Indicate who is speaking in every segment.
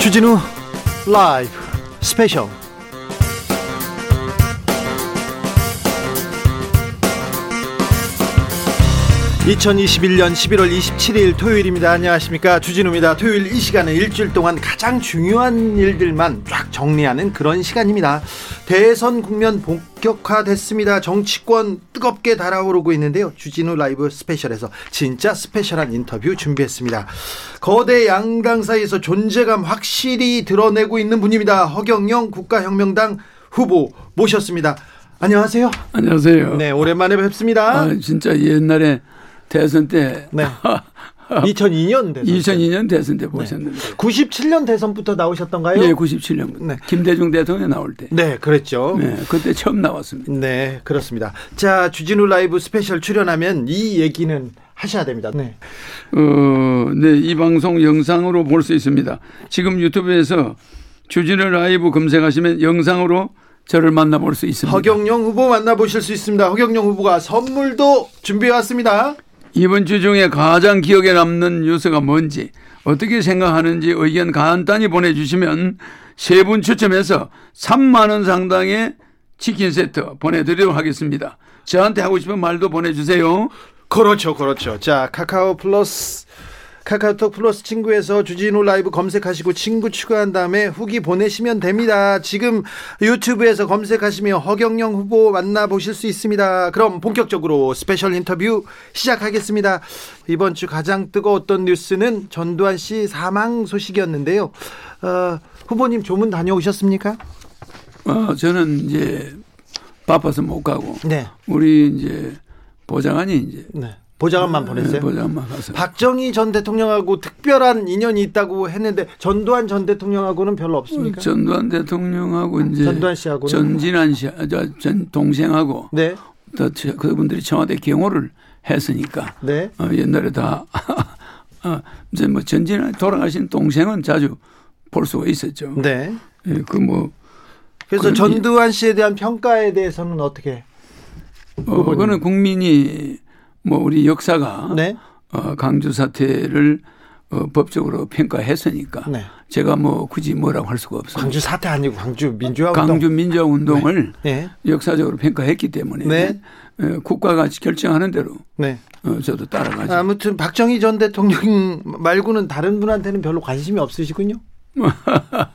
Speaker 1: 주진우 라이브 스페셜 2021년 11월 27일 토요일입니다. 안녕하십니까. 주진우입니다. 토요일 이 시간은 일주일 동안 가장 중요한 일들만 쫙 정리하는 그런 시간입니다. 대선 국면 본격화됐습니다. 정치권 뜨겁게 달아오르고 있는데요. 주진우 라이브 스페셜에서 진짜 스페셜한 인터뷰 준비했습니다. 거대 양당 사이에서 존재감 확실히 드러내고 있는 분입니다. 허경영 국가혁명당 후보 모셨습니다. 안녕하세요.
Speaker 2: 안녕하세요.
Speaker 1: 네, 오랜만에 뵙습니다.
Speaker 2: 아, 진짜 옛날에 대선 때
Speaker 1: 네. 2002년 대선.
Speaker 2: 2002년 대선 때 보셨는데.
Speaker 1: 97년 대선부터 나오셨던가요?
Speaker 2: 예, 97년부터.
Speaker 1: 네.
Speaker 2: 김대중 대통령이 나올 때.
Speaker 1: 네, 그랬죠. 네.
Speaker 2: 네, 그때 처음 나왔습니다.
Speaker 1: 그렇습니다. 자, 주진우 라이브 스페셜 출연하면 이 얘기는 하셔야 됩니다. 네.
Speaker 2: 어, 네, 이 방송 영상으로 볼 수 있습니다. 지금 유튜브에서 주진우 라이브 검색하시면 영상으로 저를 만나볼 수 있습니다.
Speaker 1: 허경영 후보 만나보실 수 있습니다. 허경영 후보가 선물도 준비해 왔습니다.
Speaker 2: 이번 주 중에 가장 기억에 남는 뉴스가 뭔지 어떻게 생각하는지 의견 간단히 보내주시면 세 분 추첨해서 3만 원 상당의 치킨 세트 보내드리도록 하겠습니다. 저한테 하고 싶은 말도 보내주세요.
Speaker 1: 그렇죠, 그렇죠. 자, 카카오 플러스. 카카오톡 플러스 친구에서 주진우 라이브 검색하시고 친구 추가한 다음에 후기 보내시면 됩니다. 지금 유튜브에서 검색하시면 허경영 후보 만나보실 수 있습니다. 그럼 본격적으로 스페셜 인터뷰 시작하겠습니다. 이번 주 가장 뜨거웠던 뉴스는 전두환 씨 사망 소식이었는데요. 어, 후보님 조문 다녀오셨습니까?
Speaker 2: 어, 저는 이제 바빠서 못 가고
Speaker 1: 네.
Speaker 2: 우리 이제 보좌관이 이제
Speaker 1: 네. 보좌관만 보냈어요.
Speaker 2: 보좌관만 가서
Speaker 1: 박정희 전 대통령하고 특별한 인연이 있다고 했는데 전두환 전 대통령하고는 별로
Speaker 2: 음,
Speaker 1: 없습니까? 아,
Speaker 2: 전두환 대통령하고 이제
Speaker 1: 전두환 씨하고는?
Speaker 2: 전진환 씨, 아, 저, 전 동생하고
Speaker 1: 네.
Speaker 2: 또 저- 그분들이 청와대 경호를 했으니까
Speaker 1: 네.
Speaker 2: 어, 옛날에 다 어, 이제 뭐 전진에 돌아가신 동생은 자주 볼 수가 있었죠.
Speaker 1: 네.
Speaker 2: 예, 그뭐
Speaker 1: 그래서
Speaker 2: 그럼
Speaker 1: 전두환 씨에 대한 평가에 대해서는 어떻게?
Speaker 2: 어, 그거는 국민이 뭐 우리 역사가
Speaker 1: 네.
Speaker 2: 어, 강주 사태를 어, 법적으로 평가했으니까
Speaker 1: 네.
Speaker 2: 제가 뭐 굳이 뭐라고 할 수가 없어요.
Speaker 1: 광주 사태 아니고 광주 민주화 운동.
Speaker 2: 강주 민주화 운동을
Speaker 1: 네.
Speaker 2: 역사적으로 평가했기 때문에
Speaker 1: 네.
Speaker 2: 예, 국가가 결정하는 대로
Speaker 1: 네.
Speaker 2: 어, 저도 따라가죠.
Speaker 1: 아무튼 박정희 전 대통령 말고는 다른 분한테는 별로 관심이 없으시군요.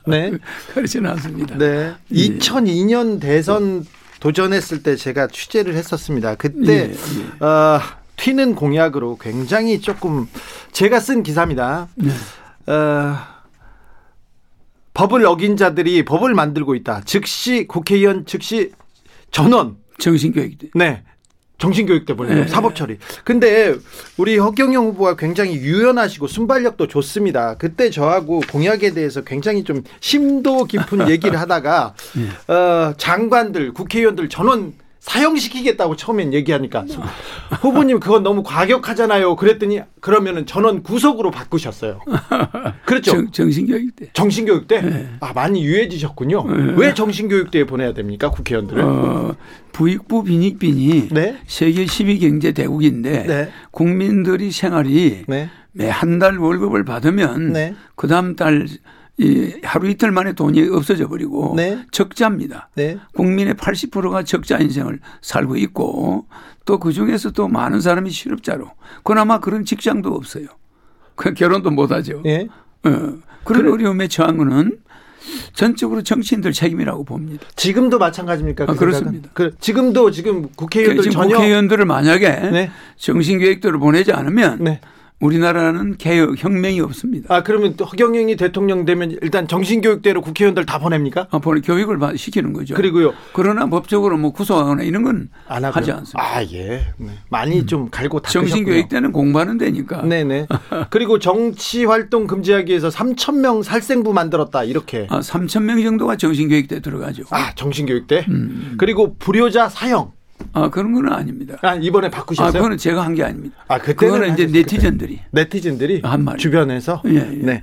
Speaker 1: 네.
Speaker 2: 그렇지는 않습니다.
Speaker 1: 네. 2002년 대선 도전했을 때 제가 취재를 했었습니다. 그때 어, 튀는 공약으로 굉장히 조금 제가 쓴 기사입니다.
Speaker 2: 네.
Speaker 1: 어, 법을 어긴 자들이 법을 만들고 있다. 즉시 국회의원 즉시 전원
Speaker 2: 정신교육 때.
Speaker 1: 네. 정신교육 때 보내요.
Speaker 2: 네.
Speaker 1: 사법 처리. 근데 우리 허경영 후보가 굉장히 유연하시고 순발력도 좋습니다. 그때 저하고 공약에 대해서 굉장히 좀 심도 깊은 얘기를 하다가
Speaker 2: 네.
Speaker 1: 어, 장관들, 국회의원들 전원 사형시키겠다고 처음엔 얘기하니까 후보님 그건 너무 과격하잖아요. 그랬더니 그러면은 전원 구속으로 바꾸셨어요. 그렇죠.
Speaker 2: 정, 네. 정신교육 때.
Speaker 1: 정신교육 때? 아, 많이 유해지셨군요. 왜 정신교육대에 보내야 됩니까? 국회의원들을?
Speaker 2: 네. 어, 부익부 빈익빈이
Speaker 1: 네.
Speaker 2: 세계 10위 경제 대국인데
Speaker 1: 네.
Speaker 2: 국민들이 생활이
Speaker 1: 네.
Speaker 2: 매 한 달 월급을 받으면
Speaker 1: 네.
Speaker 2: 그 다음 달 이, 하루 이틀 만에 돈이 없어져 버리고
Speaker 1: 네.
Speaker 2: 적자입니다.
Speaker 1: 네.
Speaker 2: 국민의 80%가 적자 인생을 살고 있고 또 그 중에서 또 많은 사람이 실업자로 그나마 그런 직장도 없어요. 그 결혼도 못하죠.
Speaker 1: 예.
Speaker 2: 어, 그런 어려움에 처한 거는 전적으로 정치인들 책임이라고 봅니다.
Speaker 1: 지금도 마찬가지입니까?
Speaker 2: 아,
Speaker 1: 생각은?
Speaker 2: 그렇습니다. 네,
Speaker 1: 그, 지금도 지금 국회의원들
Speaker 2: 그 지금
Speaker 1: 전혀
Speaker 2: 국회의원들을 만약에
Speaker 1: 네.
Speaker 2: 정신계획대로 보내지 않으면
Speaker 1: 네.
Speaker 2: 우리나라는 개혁 혁명이 없습니다.
Speaker 1: 아 그러면 또 허경영이 대통령 되면 일단 정신교육대로 국회의원들 다 보냅니까?
Speaker 2: 아, 보내 교육을 받- 시키는 거죠.
Speaker 1: 그리고요.
Speaker 2: 그러나 법적으로 뭐 구속하거나 이런 건
Speaker 1: 안 하고
Speaker 2: 하지 않습니다. 음.
Speaker 1: 아 예. 네. 많이 좀 갈고 닦으셨군요.
Speaker 2: 정신교육 때는 공부하는 데니까.
Speaker 1: 네네. 그리고 정치 활동 금지하기 위해서 3천 명 살생부 만들었다 이렇게.
Speaker 2: 아, 3천 명 정도가 정신교육 때 들어가죠.
Speaker 1: 아 정신교육대.
Speaker 2: 음,
Speaker 1: 그리고 불효자 사형.
Speaker 2: 아, 그런 건 아닙니다.
Speaker 1: 아 이번에
Speaker 2: 아,
Speaker 1: 바꾸셨어요?
Speaker 2: 그거는 제가 한 게 아닙니다.
Speaker 1: 아, 그때는
Speaker 2: 그거는 이제
Speaker 1: 하셨을
Speaker 2: 네티즌들이.
Speaker 1: 네티즌들이
Speaker 2: 한 말이에요.
Speaker 1: 주변에서
Speaker 2: 예, 예.
Speaker 1: 네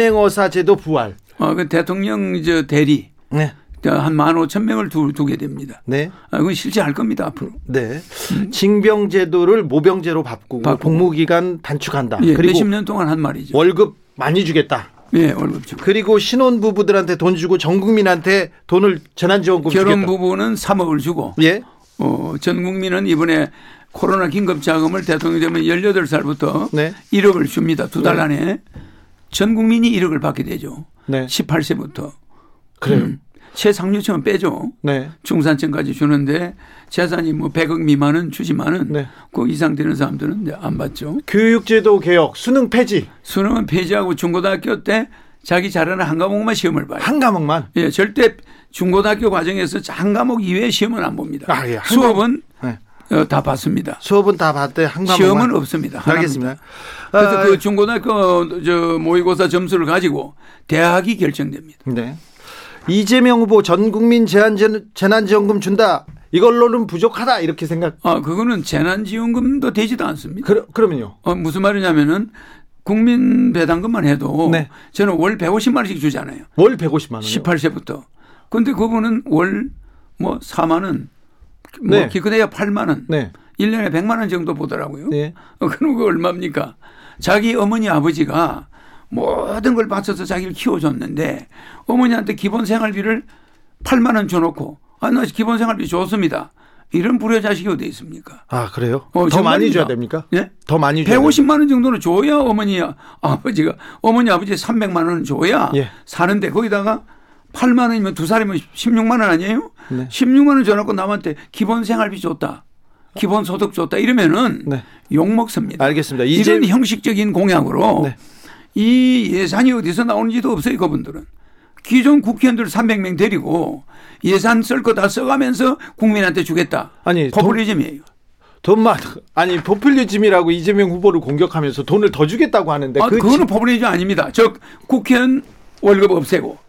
Speaker 1: 암행어사제도 부활.
Speaker 2: 아, 그 대통령 저 대리
Speaker 1: 네.
Speaker 2: 한 15,000명을 두, 두게 됩니다.
Speaker 1: 네.
Speaker 2: 아, 그건 실제 할 겁니다, 앞으로.
Speaker 1: 네. 징병 제도를 모병제로 바꾸고
Speaker 2: 바꾸고.
Speaker 1: 복무 기간 단축한다.
Speaker 2: 예,
Speaker 1: 아, 그리고
Speaker 2: 몇십 년 동안 한 말이죠.
Speaker 1: 월급 많이 주겠다.
Speaker 2: 예, 월급주고.
Speaker 1: 그리고 신혼 부부들한테 돈 주고 전 국민한테 돈을 재난지원금
Speaker 2: 결혼
Speaker 1: 주겠다.
Speaker 2: 부부는 3억을 주고
Speaker 1: 예.
Speaker 2: 어, 전 국민은 이번에 코로나 긴급 자금을 대통령 되면 18살부터
Speaker 1: 네.
Speaker 2: 1억을 줍니다. 두 달 안에 전 국민이 1억을 받게 되죠.
Speaker 1: 네.
Speaker 2: 18세부터.
Speaker 1: 그래요.
Speaker 2: 음. 최상류층은 빼죠.
Speaker 1: 네.
Speaker 2: 중산층까지 주는데 재산이 뭐 100억 미만은 주지만은
Speaker 1: 네.
Speaker 2: 그 이상 되는 사람들은 이제 안 받죠.
Speaker 1: 교육제도 개혁, 수능 폐지,
Speaker 2: 수능은 폐지하고 중고등학교 때 자기 잘하는 한 과목만 시험을 봐요.
Speaker 1: 한 과목만.
Speaker 2: 예, 절대 중고등학교 과정에서 한 과목 이외에 시험은 안 봅니다.
Speaker 1: 아, 예. 한
Speaker 2: 수업은
Speaker 1: 네.
Speaker 2: 어, 다 봤습니다.
Speaker 1: 수업은 다 봤대. 한 과목만.
Speaker 2: 시험은 없습니다. 하나입니다.
Speaker 1: 알겠습니다.
Speaker 2: 그래서
Speaker 1: 아,
Speaker 2: 그 중고등학교 저 모의고사 점수를 가지고 대학이 결정됩니다.
Speaker 1: 네. 이재명 후보 전 국민 재난 재난지원금 준다. 이걸로는 부족하다 이렇게 생각.
Speaker 2: 아, 그거는 재난지원금도 되지도 않습니다.
Speaker 1: 그러, 그러면요.
Speaker 2: 어, 무슨 말이냐면은 국민 배당금만 해도
Speaker 1: 네.
Speaker 2: 저는 월 150만 원씩 주잖아요.
Speaker 1: 월 150만 원.
Speaker 2: 18세부터. 근데 그분은 월 뭐 4만 원, 뭐
Speaker 1: 네.
Speaker 2: 기껏해야 8만 원,
Speaker 1: 네.
Speaker 2: 1년에 100만 원 정도 보더라고요.
Speaker 1: 네.
Speaker 2: 어, 그럼 그 얼마입니까? 자기 어머니 아버지가 모든 걸 바쳐서 자기를 키워줬는데 어머니한테 기본 생활비를 8만 원 줘놓고 아, 나 기본 생활비 좋습니다. 이런 불효자식이 어디 있습니까?
Speaker 1: 아 그래요?
Speaker 2: 어,
Speaker 1: 더 많이
Speaker 2: 정말입니다.
Speaker 1: 줘야 됩니까?
Speaker 2: 예?
Speaker 1: 더 많이 줘야
Speaker 2: 150만 원 정도는 줘야 어머니 아버지가 어머니 아버지 300만 원은 줘야
Speaker 1: 예.
Speaker 2: 사는데 거기다가 8만 원이면 두 살이면 16만 원 아니에요?
Speaker 1: 네.
Speaker 2: 16만 원 줘놓고 남한테 기본 생활비 줬다. 기본 소득 줬다 이러면은
Speaker 1: 네.
Speaker 2: 욕 먹습니다.
Speaker 1: 알겠습니다. 이제-
Speaker 2: 이런 형식적인 공약으로
Speaker 1: 네.
Speaker 2: 이 예산이 어디서 나오는지도 없어요. 그분들은 기존 국회의원들 300명 데리고 예산 쓸 거 다 써가면서 국민한테 주겠다.
Speaker 1: 아니, 돈-
Speaker 2: 포퓰리즘이에요.
Speaker 1: 돈만 아니 포퓰리즘이라고 이재명 후보를 공격하면서 돈을 더 주겠다고 하는데
Speaker 2: 아,
Speaker 1: 그
Speaker 2: 그거는 법원이지 아닙니다. 즉 국회의원 월급 없애고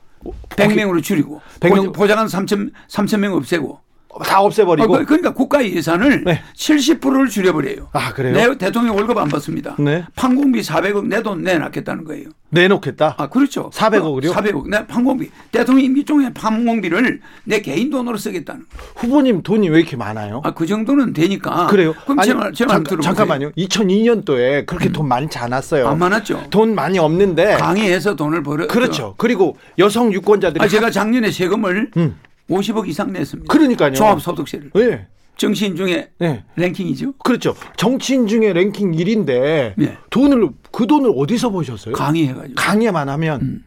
Speaker 2: 100명으로 줄이고
Speaker 1: 100명
Speaker 2: 보장한 3천 3천 명 없애고
Speaker 1: 다 없애버리고
Speaker 2: 어, 그- 그러니까 국가 예산을
Speaker 1: 네.
Speaker 2: 70%를 줄여버려요.
Speaker 1: 아, 그래요?
Speaker 2: 내 대통령 월급 안 받습니다.
Speaker 1: 네.
Speaker 2: 판공비 400억 내 돈 내놨겠다는 거예요.
Speaker 1: 내놓겠다.
Speaker 2: 아 그렇죠.
Speaker 1: 400억 이요?
Speaker 2: 400억 내 판공비 대통령 일종의 판공비를 내 개인 돈으로 쓰겠다는 거.
Speaker 1: 후보님 돈이 왜 이렇게 많아요?
Speaker 2: 아그 정도는 되니까.
Speaker 1: 그래요?
Speaker 2: 그럼 제말제말 들어보세요. 음.
Speaker 1: 잠깐만요. 2002년도에 그렇게 돈 많지 않았어요.
Speaker 2: 안 많았죠.
Speaker 1: 돈 많이 없는데
Speaker 2: 강의해서 돈을 벌어.
Speaker 1: 그렇죠. 그리고 여성 유권자들이
Speaker 2: 아, 제가 작년에 세금을
Speaker 1: 음.
Speaker 2: 50억 이상 냈습니다.
Speaker 1: 그러니까요.
Speaker 2: 종합소득세를.
Speaker 1: 하- 예.
Speaker 2: 정치인 중에
Speaker 1: 예.
Speaker 2: 랭킹이죠.
Speaker 1: 그렇죠. 정치인 중에 랭킹 1인데
Speaker 2: 예.
Speaker 1: 돈을 그 돈을 어디서 보셨어요?
Speaker 2: 강의해가지고.
Speaker 1: 강의만 하면
Speaker 2: 음.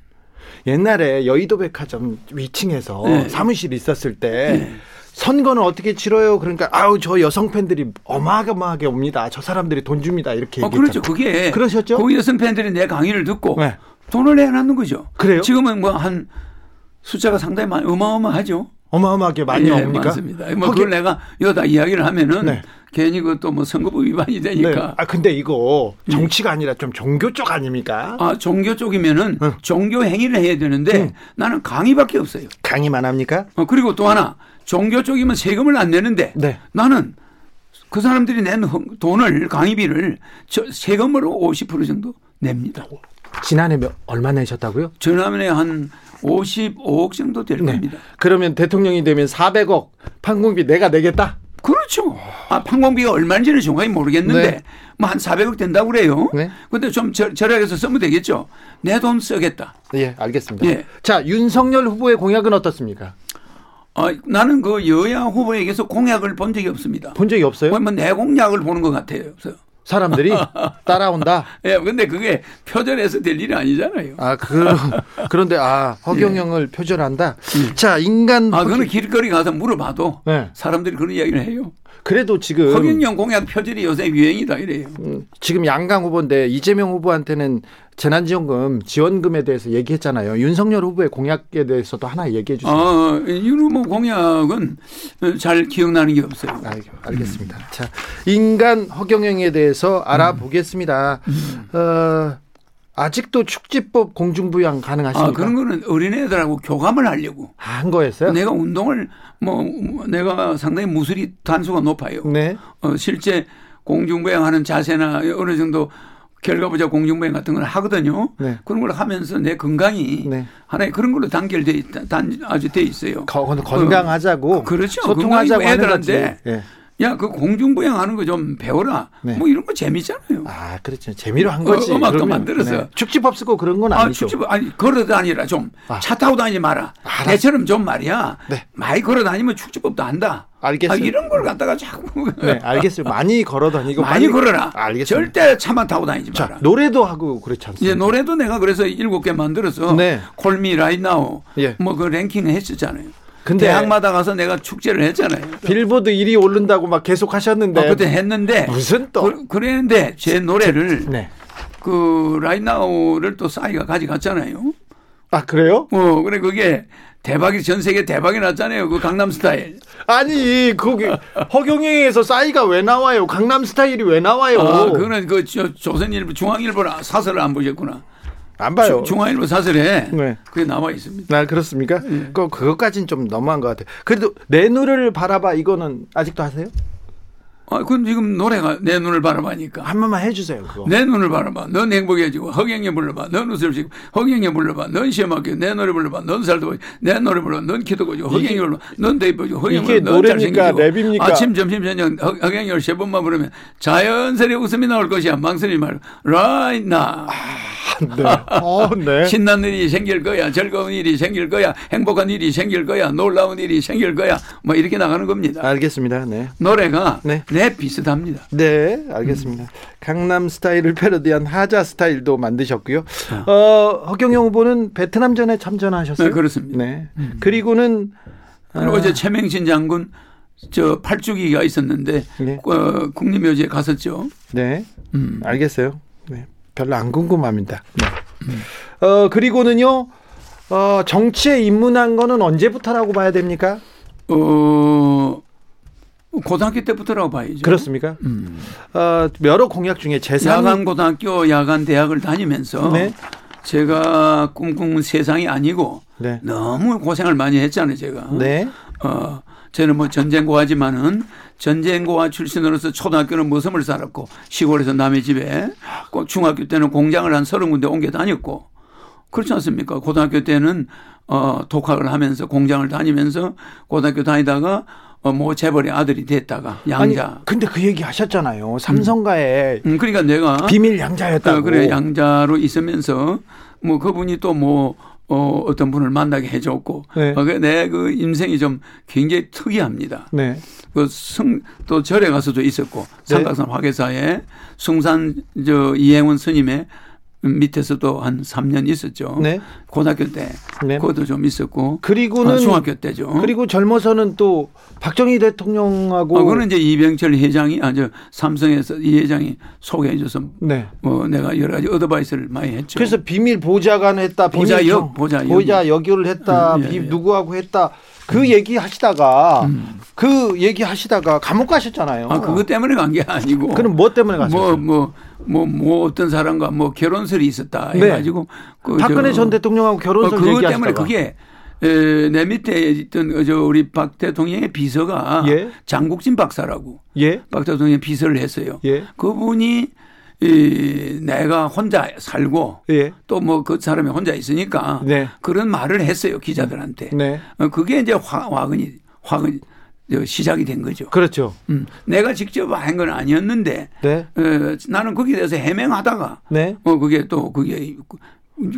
Speaker 1: 옛날에 여의도 백화점 위층에서
Speaker 2: 네.
Speaker 1: 사무실 있었을 때 선거는 어떻게 치러요? 그러니까 아우 저 여성 팬들이 어마어마하게 옵니다. 저 사람들이 돈 줍니다. 이렇게
Speaker 2: 어,
Speaker 1: 얘기했잖아요.
Speaker 2: 그렇죠. 그게.
Speaker 1: 그러셨죠?
Speaker 2: 거기 여성 팬들이 내 강의를 듣고
Speaker 1: 네.
Speaker 2: 돈을 내놨는 거죠.
Speaker 1: 그래요?
Speaker 2: 지금은 뭐 한 숫자가 상당히 많이 어마어마하죠.
Speaker 1: 어마어마하게 많이
Speaker 2: 예,
Speaker 1: 옵니까?
Speaker 2: 많습니다. 뭐
Speaker 1: 거기-
Speaker 2: 그걸 내가 여다 이야기를 하면은
Speaker 1: 네.
Speaker 2: 괜히 그것도 뭐 선거법 위반이 되니까. 예.
Speaker 1: 네. 아 근데 이거 정치가 아니라 좀 종교 쪽 아닙니까?
Speaker 2: 아, 종교 쪽이면은 종교 행위를 해야 되는데 나는 강의밖에 없어요.
Speaker 1: 강의만 합니까?
Speaker 2: 어, 그리고 또 하나 종교 쪽이면 세금을 안 내는데
Speaker 1: 네.
Speaker 2: 나는 그 사람들이 낸 헌- 돈을 강의비를 저- 세금으로 50% 정도 냅니다.
Speaker 1: 지난해 몇, 얼마 내셨다고요? 네.
Speaker 2: 전화면에 한 55억 정도 될 겁니다.
Speaker 1: 그러면 대통령이 되면 400억 판공비 내가 내겠다.
Speaker 2: 그렇죠. 아, 판공비가 얼마인지는 정확히 모르겠는데
Speaker 1: 네.
Speaker 2: 뭐 한 400억 된다고 그래요.
Speaker 1: 네.
Speaker 2: 근데 좀 절, 절약해서 쓰면 되겠죠. 내 돈 쓰겠다.
Speaker 1: 예, 알겠습니다.
Speaker 2: 예.
Speaker 1: 자, 윤석열 후보의 공약은 어떻습니까?
Speaker 2: 아, 나는 그 여야 후보에게서 공약을 본 적이 없습니다.
Speaker 1: 본 적이 없어요?
Speaker 2: 뭐내 공약을 보는 것 같아요. 그래서
Speaker 1: 사람들이 따라온다.
Speaker 2: 예, 근데 그게 표절해서 될 일이 아니잖아요.
Speaker 1: 아, 그 그런데 아, 허경영을 표절한다. 자, 인간
Speaker 2: 예. 아, 그거는 길거리 가서 물어봐도
Speaker 1: 네.
Speaker 2: 사람들이 그런 이야기를 해요.
Speaker 1: 그래도 지금
Speaker 2: 허경영 공약 표절이 요새 유행이다 이래요.
Speaker 1: 음, 지금 양강 후보인데 이재명 후보한테는 재난지원금 지원금에 대해서 얘기했잖아요. 윤석열 후보의 공약에 대해서도 하나 얘기해 주세요.
Speaker 2: 아, 유노모 공약은 잘 기억나는 게 없어요.
Speaker 1: 아, 알, 알겠습니다. 자, 인간 허경영에 대해서 알아보겠습니다.
Speaker 2: 음.
Speaker 1: 어, 아직도 축지법 공중부양 가능하십니까?
Speaker 2: 아, 그런 네. 거는 어린애들하고 교감을 하려고.
Speaker 1: 아, 한 거였어요?
Speaker 2: 내가 운동을 뭐 뭐, 내가 상당히 무술이 단수가 높아요.
Speaker 1: 네.
Speaker 2: 어, 실제 공중부양하는 자세나 어느 정도 결과보자 공중부양 같은 걸 하거든요.
Speaker 1: 네.
Speaker 2: 그런 걸 하면서 내 건강이
Speaker 1: 네.
Speaker 2: 하나의 그런 걸로 단결돼 있다, 단, 아주 돼 있어요.
Speaker 1: 거- 건강하자고
Speaker 2: 그렇죠.
Speaker 1: 소통하자고
Speaker 2: 건강이고
Speaker 1: 하는
Speaker 2: 애들한테
Speaker 1: 거지. 예.
Speaker 2: 야, 그 공중부양하는 거 좀 배워라.
Speaker 1: 네.
Speaker 2: 뭐 이런 거 재밌잖아요.
Speaker 1: 아, 그렇죠. 재미로 한
Speaker 2: 어,
Speaker 1: 거지.
Speaker 2: 음악도
Speaker 1: 그러면. 네.
Speaker 2: 만들어서.
Speaker 1: 축지법 쓰고 그런 건
Speaker 2: 아,
Speaker 1: 아니죠.
Speaker 2: 축집 아니 걸어 다니라 좀.
Speaker 1: 아.
Speaker 2: 차 타고 다니지 마라.
Speaker 1: 알았어.
Speaker 2: 내처럼 좀 말이야.
Speaker 1: 네.
Speaker 2: 많이 걸어 다니면 축지법도 한다.
Speaker 1: 알겠어요.
Speaker 2: 아, 이런 걸 갖다가 자꾸
Speaker 1: 네, 알겠어요. 많이 걸어 다니고
Speaker 2: 많이
Speaker 1: 빨리-
Speaker 2: 걸어라.
Speaker 1: 알겠습니다.
Speaker 2: 절대 차만 타고 다니지
Speaker 1: 자, 네.
Speaker 2: 마라.
Speaker 1: 노래도 하고 그렇지
Speaker 2: 이제
Speaker 1: 않습니까?
Speaker 2: 노래도 내가 그래서 일곱 개 만들어서
Speaker 1: 네.
Speaker 2: 콜미 라인 나우
Speaker 1: 예.
Speaker 2: 뭐 그 랭킹을 했었잖아요.
Speaker 1: 근데-
Speaker 2: 대학마다 가서 내가 축제를 했잖아요.
Speaker 1: 빌보드 1위 오른다고 막 계속 하셨는데
Speaker 2: 아, 그때
Speaker 1: 네.
Speaker 2: 했는데
Speaker 1: 무슨 또-
Speaker 2: 그, 그랬는데 제 노래를
Speaker 1: 네.
Speaker 2: 그 라인 나우를 또 싸이가 가져갔잖아요.
Speaker 1: 아, 그래요?
Speaker 2: 어, 그래 그게 대박이 전 세계 대박이 났잖아요. 그 강남 스타일.
Speaker 1: 아니, 거기 허경영에서 싸이가 왜 나와요? 강남 스타일이 왜 나와요?
Speaker 2: 아, 그거는 그 저- 조선일보 중앙일보 사설을 안 보셨구나.
Speaker 1: 안 봐요.
Speaker 2: 중- 중앙일보 사설에
Speaker 1: 네.
Speaker 2: 그게 남아 있습니다.
Speaker 1: 나 그렇습니까?
Speaker 2: 예.
Speaker 1: 그 그것까진 좀 너무한 것 같아. 요 그래도 내 눈을 바라봐 이거는 아직도 하세요?
Speaker 2: 아, 그건 지금 노래가 내 눈을 바라봐니까.
Speaker 1: 한 번만 해주세요. 그거.
Speaker 2: 내 눈을 바라봐. 넌 행복해지고 허경영 불러봐. 넌 웃을 지고 허경영 불러봐. 넌 시험하게 내 노래 불러봐. 넌 살도 보지. 내 노래 불러봐. 넌 키도 크고 허경영 불러봐. 넌 대입보지. 허경영
Speaker 1: 이게
Speaker 2: 불러봐. 넌
Speaker 1: 노래입니까?
Speaker 2: 잘생기고.
Speaker 1: 랩입니까?
Speaker 2: 아침 점심 저녁 허- 허경영 세 번만 부르면 자연스레 웃음이 나올 것이야. 망설이지 말고 right now.
Speaker 1: 네. 어, 네.
Speaker 2: 신난 일이 생길 거야. 즐거운 일이 생길 거야. 행복한 일이 생길 거야. 놀라운 일이 생길 거야. 뭐 이렇게 나가는 겁니다.
Speaker 1: 알겠습니다. 네.
Speaker 2: 노래가
Speaker 1: 네.
Speaker 2: 네, 비슷합니다.
Speaker 1: 네, 알겠습니다. 강남 스타일을 패러디한 하자 스타일도 만드셨고요. 어, 허경영 후보는 베트남전에 참전하셨어요.
Speaker 2: 네, 그렇습니다.
Speaker 1: 네. 그리고는
Speaker 2: 그리고
Speaker 1: 아.
Speaker 2: 어제 최명신 장군 저 팔주기가 있었는데
Speaker 1: 네.
Speaker 2: 어, 국립묘지에 갔었죠.
Speaker 1: 네,
Speaker 2: 음.
Speaker 1: 알겠어요. 네, 별로 안 궁금합니다. 네. 어, 그리고는요. 어, 정치에 입문한 거는 언제부터라고 봐야 됩니까?
Speaker 2: 어 고등학교 때부터라고 봐야죠.
Speaker 1: 그렇습니까?
Speaker 2: 음.
Speaker 1: 어, 여러 공약 중에 재산
Speaker 2: 야간 고등학교, 야간 대학을 다니면서
Speaker 1: 네.
Speaker 2: 제가 꿈꾸는 세상이 아니고
Speaker 1: 네.
Speaker 2: 너무 고생을 많이 했잖아요, 제가.
Speaker 1: 네.
Speaker 2: 어, 저는 뭐 전쟁고하지만은 전쟁고와 출신으로서 초등학교는 무섬을 살았고 시골에서 남의 집에 꼭 중학교 때는 공장을 한 서른 군데 옮겨 다녔고 그렇지 않습니까? 고등학교 때는 어, 독학을 하면서 공장을 다니면서 고등학교 다니다가 어, 뭐 재벌의 아들이 됐다가
Speaker 1: 아니,
Speaker 2: 양자.
Speaker 1: 근데 그 얘기 하셨잖아요. 삼성가에
Speaker 2: 음, 그러니까 내가
Speaker 1: 비밀 양자였다고.
Speaker 2: 어, 그래 양자로 있으면서 뭐 그분이 또 뭐 어, 어떤 분을 만나게 해줬고
Speaker 1: 네.
Speaker 2: 어, 내그 인생이 좀 굉장히 특이합니다.
Speaker 1: 네.
Speaker 2: 그 그성또 절에 가서도 있었고 삼각산 화계사에 숭산 저 이행원 스님의 밑에서도 한 3년 있었죠.
Speaker 1: 네.
Speaker 2: 고등학교 때
Speaker 1: 네.
Speaker 2: 그것도 좀 있었고
Speaker 1: 그리고는
Speaker 2: 아, 중학교 때죠.
Speaker 1: 그리고 젊어서는 또 박정희 대통령하고
Speaker 2: 아, 그거는 이제 이병철 회장이 아저 삼성에서 이 회장이 소개해줘서
Speaker 1: 네.
Speaker 2: 뭐 내가 여러 가지 어드바이스를 많이 했죠.
Speaker 1: 그래서 비밀 보좌관 했다, 비밀
Speaker 2: 보좌역,
Speaker 1: 경-
Speaker 2: 보좌역.
Speaker 1: 보좌 여교를 했다,
Speaker 2: 음, 예, 음.
Speaker 1: 비-
Speaker 2: 예.
Speaker 1: 누구하고 했다. 그 얘기 하시다가 그 얘기 하시다가 감옥 가셨잖아요.
Speaker 2: 음. 아 그것 때문에 간 게 아니고.
Speaker 1: 그럼 뭐 때문에 가셨어요?
Speaker 2: 뭐 뭐 뭐 뭐 어떤 사람과 뭐 결혼설이 있었다
Speaker 1: 네.
Speaker 2: 해가지고 그
Speaker 1: 박근혜
Speaker 2: 저-
Speaker 1: 전 대통령하고 결혼설
Speaker 2: 어, 그것
Speaker 1: 얘기하시다가
Speaker 2: 때문에 그게 에, 내 밑에 있던 어, 그저 우리 박 대통령의 비서가
Speaker 1: 예.
Speaker 2: 장국진 박사라고
Speaker 1: 예.
Speaker 2: 박 대통령 비서를 했어요.
Speaker 1: 예.
Speaker 2: 그분이 이, 내가 혼자 살고
Speaker 1: 예.
Speaker 2: 또 뭐 그 사람이 혼자 있으니까
Speaker 1: 네.
Speaker 2: 그런 말을 했어요 기자들한테.
Speaker 1: 네.
Speaker 2: 어, 그게 이제 화, 화근이 화근 저 시작이 된 거죠.
Speaker 1: 그렇죠.
Speaker 2: 음, 내가 직접 한 건 아니었는데
Speaker 1: 네.
Speaker 2: 어, 나는 거기에 대해서 해명하다가
Speaker 1: 네.
Speaker 2: 어 그게 또 그게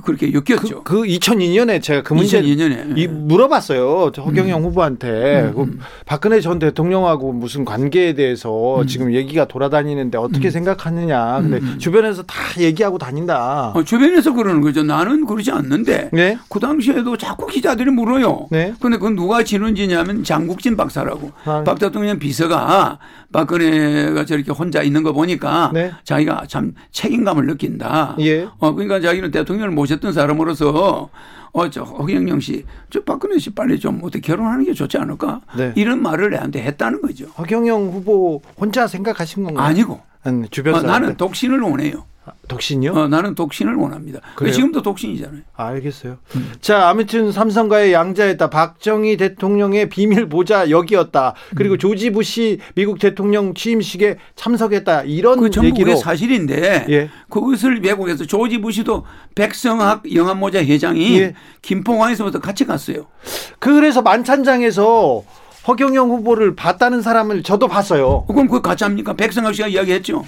Speaker 2: 그렇게 엮였죠.
Speaker 1: 그 2002년에 제가 그 문제
Speaker 2: 2002년에 음.
Speaker 1: 이 물어봤어요. 저 허경영 후보한테 그 박근혜 전 대통령하고 무슨 관계에 대해서
Speaker 2: 음.
Speaker 1: 지금 얘기가 돌아다니는데 어떻게 생각하느냐. 근데 주변에서 다 얘기하고 다닌다.
Speaker 2: 어, 주변에서 그러는 거죠. 나는 그러지 않는데
Speaker 1: 네.
Speaker 2: 그 당시에도 자꾸 기자들이 물어요.
Speaker 1: 네.
Speaker 2: 근데 그건 누가 지는지냐면 장국진 박사라고
Speaker 1: 아.
Speaker 2: 박 대통령 비서가 박근혜가 저렇게 혼자 있는 거 보니까
Speaker 1: 네.
Speaker 2: 자기가 참 책임감을 느낀다.
Speaker 1: 예.
Speaker 2: 어, 그러니까 자기는 대통령을 모셨던 사람으로서 어, 저 허경영 씨, 저 박근혜 씨 빨리 좀 어떻게 결혼하는 게 좋지 않을까?
Speaker 1: 네.
Speaker 2: 이런 말을 내한테 했다는 거죠.
Speaker 1: 허경영 후보 혼자 생각하신 건가요?
Speaker 2: 아니고
Speaker 1: 아니, 음. 주변 아,
Speaker 2: 어,
Speaker 1: 사람
Speaker 2: 나는 독신을 원해요.
Speaker 1: 독신요?
Speaker 2: 어, 나는 독신을 원합니다.
Speaker 1: 그래요?
Speaker 2: 지금도 독신이잖아요.
Speaker 1: 알겠어요.
Speaker 2: 음.
Speaker 1: 자, 아무튼 삼성과의 양자였다. 박정희 대통령의 비밀 보좌 역이었다.
Speaker 2: 음.
Speaker 1: 그리고 조지 부시 미국 대통령 취임식에 참석했다. 이런
Speaker 2: 그 전부
Speaker 1: 얘기로
Speaker 2: 그게 사실인데
Speaker 1: 예.
Speaker 2: 그것을 외국에서 조지 부시도 백성학 영암모자 회장이
Speaker 1: 예.
Speaker 2: 김포공항에서부터 같이 갔어요.
Speaker 1: 그래서 만찬장에서 허경영 후보를 봤다는 사람을 저도 봤어요.
Speaker 2: 그럼 그거 가짜입니까? 백성학 씨가 이야기했죠.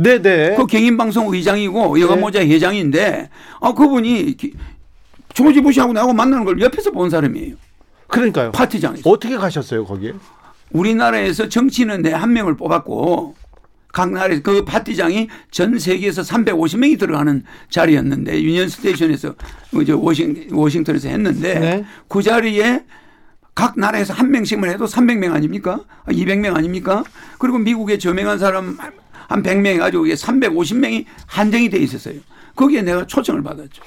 Speaker 1: 네네.
Speaker 2: 그 경인방송 의장이고 여가모자
Speaker 1: 예.
Speaker 2: 회장인데 아 그분이 기- 조지 부시하고 나하고 만나는 걸 옆에서 본 사람이에요.
Speaker 1: 그러니까요.
Speaker 2: 파티장에서.
Speaker 1: 어떻게 가셨어요 거기에?
Speaker 2: 우리나라에서 정치는 내 한 명을 뽑았고 각 나라에서 그 파티장이 전 세계에서 350명이 들어가는 자리였는데 유니언 스테이션에서 어, 저 워싱, 워싱턴에서 했는데
Speaker 1: 네.
Speaker 2: 그 자리에 각 나라에서 한 명씩만 해도 300명 아닙니까? 아, 200명 아닙니까? 그리고 미국에 저명한 사람 한 100명 해가지고 이게 350명이 한정이 돼 있었어요. 거기에 내가 초청을 받았죠.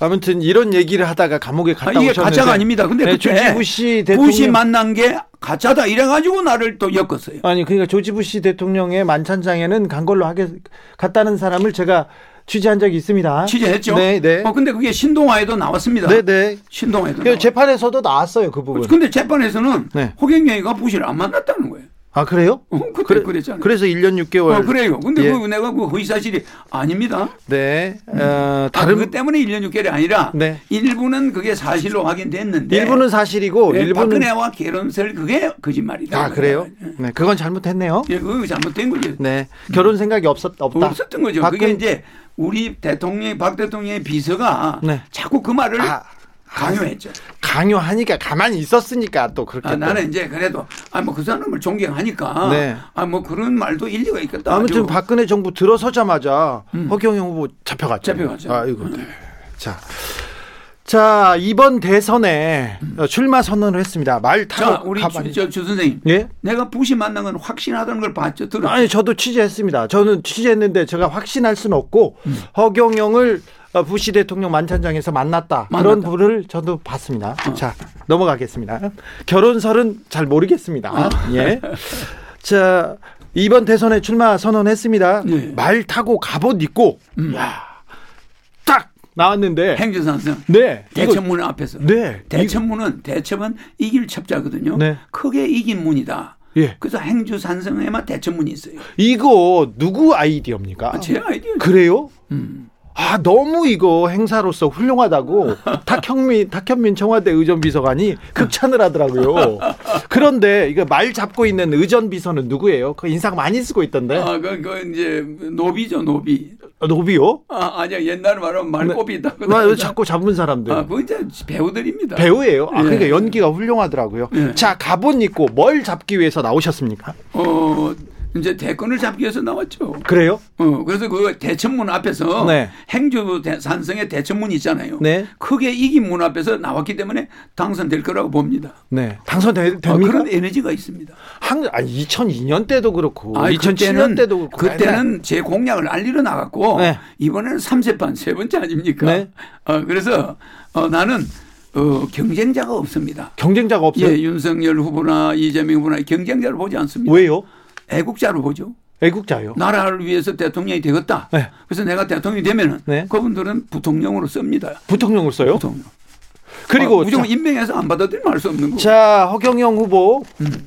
Speaker 1: 아무튼 이런 얘기를 하다가 감옥에
Speaker 2: 아,
Speaker 1: 갔다
Speaker 2: 이게
Speaker 1: 오셨는데
Speaker 2: 가짜가 아닙니다. 근데
Speaker 1: 네, 조지
Speaker 2: 그때
Speaker 1: 부시 대통령
Speaker 2: 부시 만난 게 가짜다 이래가지고 나를 또 엮었어요.
Speaker 1: 아니 그러니까 조지 부시 대통령의 만찬장에는 간 걸로 하게 갔다는 사람을 제가 취재한 적이 있습니다.
Speaker 2: 취재했죠.
Speaker 1: 네, 네.
Speaker 2: 어, 근데 그게 신동아에도 나왔습니다.
Speaker 1: 네, 네.
Speaker 2: 신동아에도.
Speaker 1: 그
Speaker 2: 나왔
Speaker 1: 재판에서도 나왔어요 그 부분.
Speaker 2: 근데 재판에서는
Speaker 1: 네.
Speaker 2: 호경영이가 부시를 안 만났다는 거예요.
Speaker 1: 아 그래요?
Speaker 2: 어, 그때 그랬잖아요
Speaker 1: 그래서 1년 6개월.
Speaker 2: 어, 그래요. 근데
Speaker 1: 예.
Speaker 2: 그 내가 그 허위사실이 아닙니다.
Speaker 1: 네. 어,
Speaker 2: 다른
Speaker 1: 다른
Speaker 2: 그 때문에 1년 6개월이 아니라
Speaker 1: 네.
Speaker 2: 일부는 그게 사실로 확인됐는데
Speaker 1: 일부는 사실이고
Speaker 2: 네,
Speaker 1: 일부는
Speaker 2: 박근혜와 개론설 그게 거짓말이다.
Speaker 1: 아 그래요? 네, 그건 잘못했네요.
Speaker 2: 예, 그거 잘못된 거죠.
Speaker 1: 네, 결혼 생각이 없었 없다.
Speaker 2: 없었던 거죠. 그게
Speaker 1: 박근-
Speaker 2: 이제 우리 대통령 박 대통령의 비서가
Speaker 1: 네.
Speaker 2: 자꾸 그 말을
Speaker 1: 아,
Speaker 2: 강요했죠.
Speaker 1: 강요하니까 가만히 있었으니까 또 그렇게.
Speaker 2: 아,
Speaker 1: 또.
Speaker 2: 나는 이제 그래도 아 뭐 그 사람을 존경하니까
Speaker 1: 네.
Speaker 2: 아 뭐 그런 말도 일리가 있겠다.
Speaker 1: 아무튼
Speaker 2: 아주 음.
Speaker 1: 박근혜 정부 들어서자마자 허경영 후보 잡혀갔죠.
Speaker 2: 잡혀갔죠. 네.
Speaker 1: 아이고. 자. 자, 이번 대선에 출마 선언을 했습니다. 말 타고
Speaker 2: 음. 자 우리
Speaker 1: 가만히-
Speaker 2: 주, 저, 주 선생님
Speaker 1: 예?
Speaker 2: 내가 부시 만난 건 확신하다는 걸 봤죠 들어.
Speaker 1: 아니, 저도 취재했습니다. 저는 취재했는데 제가 확신할 순 없고
Speaker 2: 음.
Speaker 1: 허경영을 어, 부시 대통령 만찬장에서 만났다. 그런
Speaker 2: 만났다. 어.
Speaker 1: 분을 저도 봤습니다. 자, 넘어가겠습니다. 결혼설은 잘 모르겠습니다.
Speaker 2: 아.
Speaker 1: 예. 자, 이번 대선에 출마 선언했습니다.
Speaker 2: 예. 음.
Speaker 1: 말 타고 갑옷 입고 야, 딱 나왔는데
Speaker 2: 행정사상
Speaker 1: 네. 이거-
Speaker 2: 대천문 앞에서
Speaker 1: 네.
Speaker 2: 대천문은 대첩은 이길 첩자거든요.
Speaker 1: 네.
Speaker 2: 크게 이긴 문이다.
Speaker 1: 예.
Speaker 2: 그래서 행주 산성에만 대천문이 있어요.
Speaker 1: 이거 누구 아이디어입니까?
Speaker 2: 아, 제 아이디어. 음.
Speaker 1: 그래요? 아 너무 이거 행사로서 훌륭하다고 탁현민 탁현민 청와대 의전 비서관이 극찬을 하더라고요. 그런데 이거 말 잡고 있는 의전 비서는 누구예요? 그 인상 많이 쓰고 있던데
Speaker 2: 아, 그, 그, 이제, 노비죠, 노비.
Speaker 1: 아, 노비요?
Speaker 2: 아, 아니야, 옛날에 말하면 말꼽이다.
Speaker 1: 나 이거 네. 아, 자꾸 잡은 사람들
Speaker 2: 아, 그 이제 배우들입니다.
Speaker 1: 배우예요. 아 그러니까
Speaker 2: 예.
Speaker 1: 연기가 훌륭하더라고요.
Speaker 2: 예.
Speaker 1: 자 갑옷 입고 뭘 잡기 위해서 나오셨습니까?
Speaker 2: 어, 이제 대권을 잡기 위해서 나왔죠.
Speaker 1: 그래요?
Speaker 2: 어, 그래서 그 대천문 앞에서
Speaker 1: 네.
Speaker 2: 행주 대- 산성의 대천문 있잖아요.
Speaker 1: 네.
Speaker 2: 크게 이긴 문 앞에서 나왔기 때문에 당선될 거라고 봅니다.
Speaker 1: 네 당선됩니까?
Speaker 2: 어, 그런 에너지가 있습니다.
Speaker 1: 한, 아니 2002년 때도 그렇고
Speaker 2: 아니,
Speaker 1: 2007년
Speaker 2: 그때는-
Speaker 1: 때도 그렇고
Speaker 2: 그때는 제 공약을 알리러 나갔고
Speaker 1: 네.
Speaker 2: 이번에는 삼세판세 번째 아닙니까?
Speaker 1: 네.
Speaker 2: 어, 그래서 어, 나는 어, 경쟁자가 없습니다.
Speaker 1: 경쟁자가 없어요.
Speaker 2: 예, 윤석열 후보나 이재명 후보나 경쟁자를 보지 않습니다.
Speaker 1: 왜요?
Speaker 2: 애국자로 보죠.
Speaker 1: 애국자요.
Speaker 2: 나라를 위해서 대통령이 되겠다.
Speaker 1: 네.
Speaker 2: 그래서 내가 대통령이 되면은
Speaker 1: 네.
Speaker 2: 그분들은 부통령으로 씁니다.
Speaker 1: 부통령을 써요.
Speaker 2: 부통령.
Speaker 1: 그리고
Speaker 2: 아, 무조건
Speaker 1: 자,
Speaker 2: 임명해서 안 받아들이면 알 수 없는 거고.
Speaker 1: 자, 허경영 후보.
Speaker 2: 음.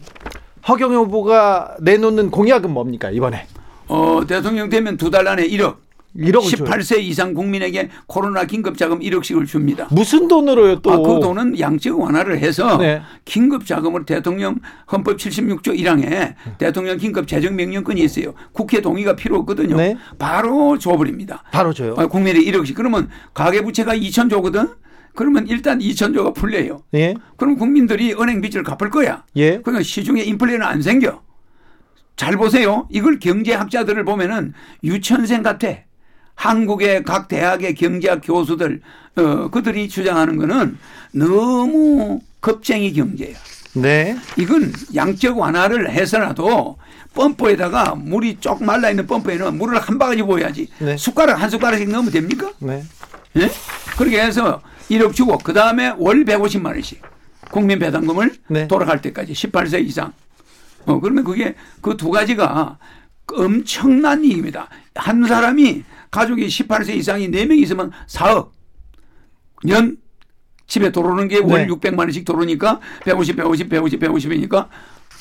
Speaker 1: 허경영 후보가 내놓는 공약은 뭡니까 이번에?
Speaker 2: 어, 대통령 되면 두 달 안에 1억.
Speaker 1: 1억을 줘요.
Speaker 2: 18세 이상 국민에게 코로나 긴급자금 1억씩을 줍니다.
Speaker 1: 무슨 돈으로요 또?
Speaker 2: 아, 그 돈은 양적 완화를 해서
Speaker 1: 네.
Speaker 2: 긴급 자금으로 대통령 헌법 76조 1항에 대통령 긴급 재정 명령권이 있어요. 국회 동의가 필요 없거든요.
Speaker 1: 네.
Speaker 2: 바로 줘버립니다.
Speaker 1: 바로 줘요.
Speaker 2: 아, 국민의 1억씩. 그러면 가계부채가 2천조거든? 그러면 일단 2천조가 풀려요.
Speaker 1: 예,
Speaker 2: 그럼 국민들이 은행 빚을 갚을 거야.
Speaker 1: 예.
Speaker 2: 그러니까 시중에 인플레는 안 생겨. 잘 보세요. 이걸 경제학자들을 보면은 유치원생 같아. 한국의 각 대학의 경제학 교수들, 어, 그들이 주장하는 거는 너무 겁쟁이 경제야.
Speaker 1: 네.
Speaker 2: 이건 양적 완화를 해서라도 펌프에다가 물이 쪽 말라 있는 펌프에는 물을 한 바가지 부어야지.
Speaker 1: 네.
Speaker 2: 숟가락 한 숟가락씩 넣으면 됩니까?
Speaker 1: 네.
Speaker 2: 예? 그렇게 해서 1억 주고 그 다음에 월 150만 원씩 국민 배당금을
Speaker 1: 네.
Speaker 2: 돌아갈 때까지 18세 이상. 어 그러면 그게 그 두 가지가 엄청난 이익입니다. 한 사람이 가족이 18세 이상이 4명 있으면 4억 연 집에 들어오는 게
Speaker 1: 네.
Speaker 2: 월 600만 원씩 들어오니까 150, 150, 150, 150이니까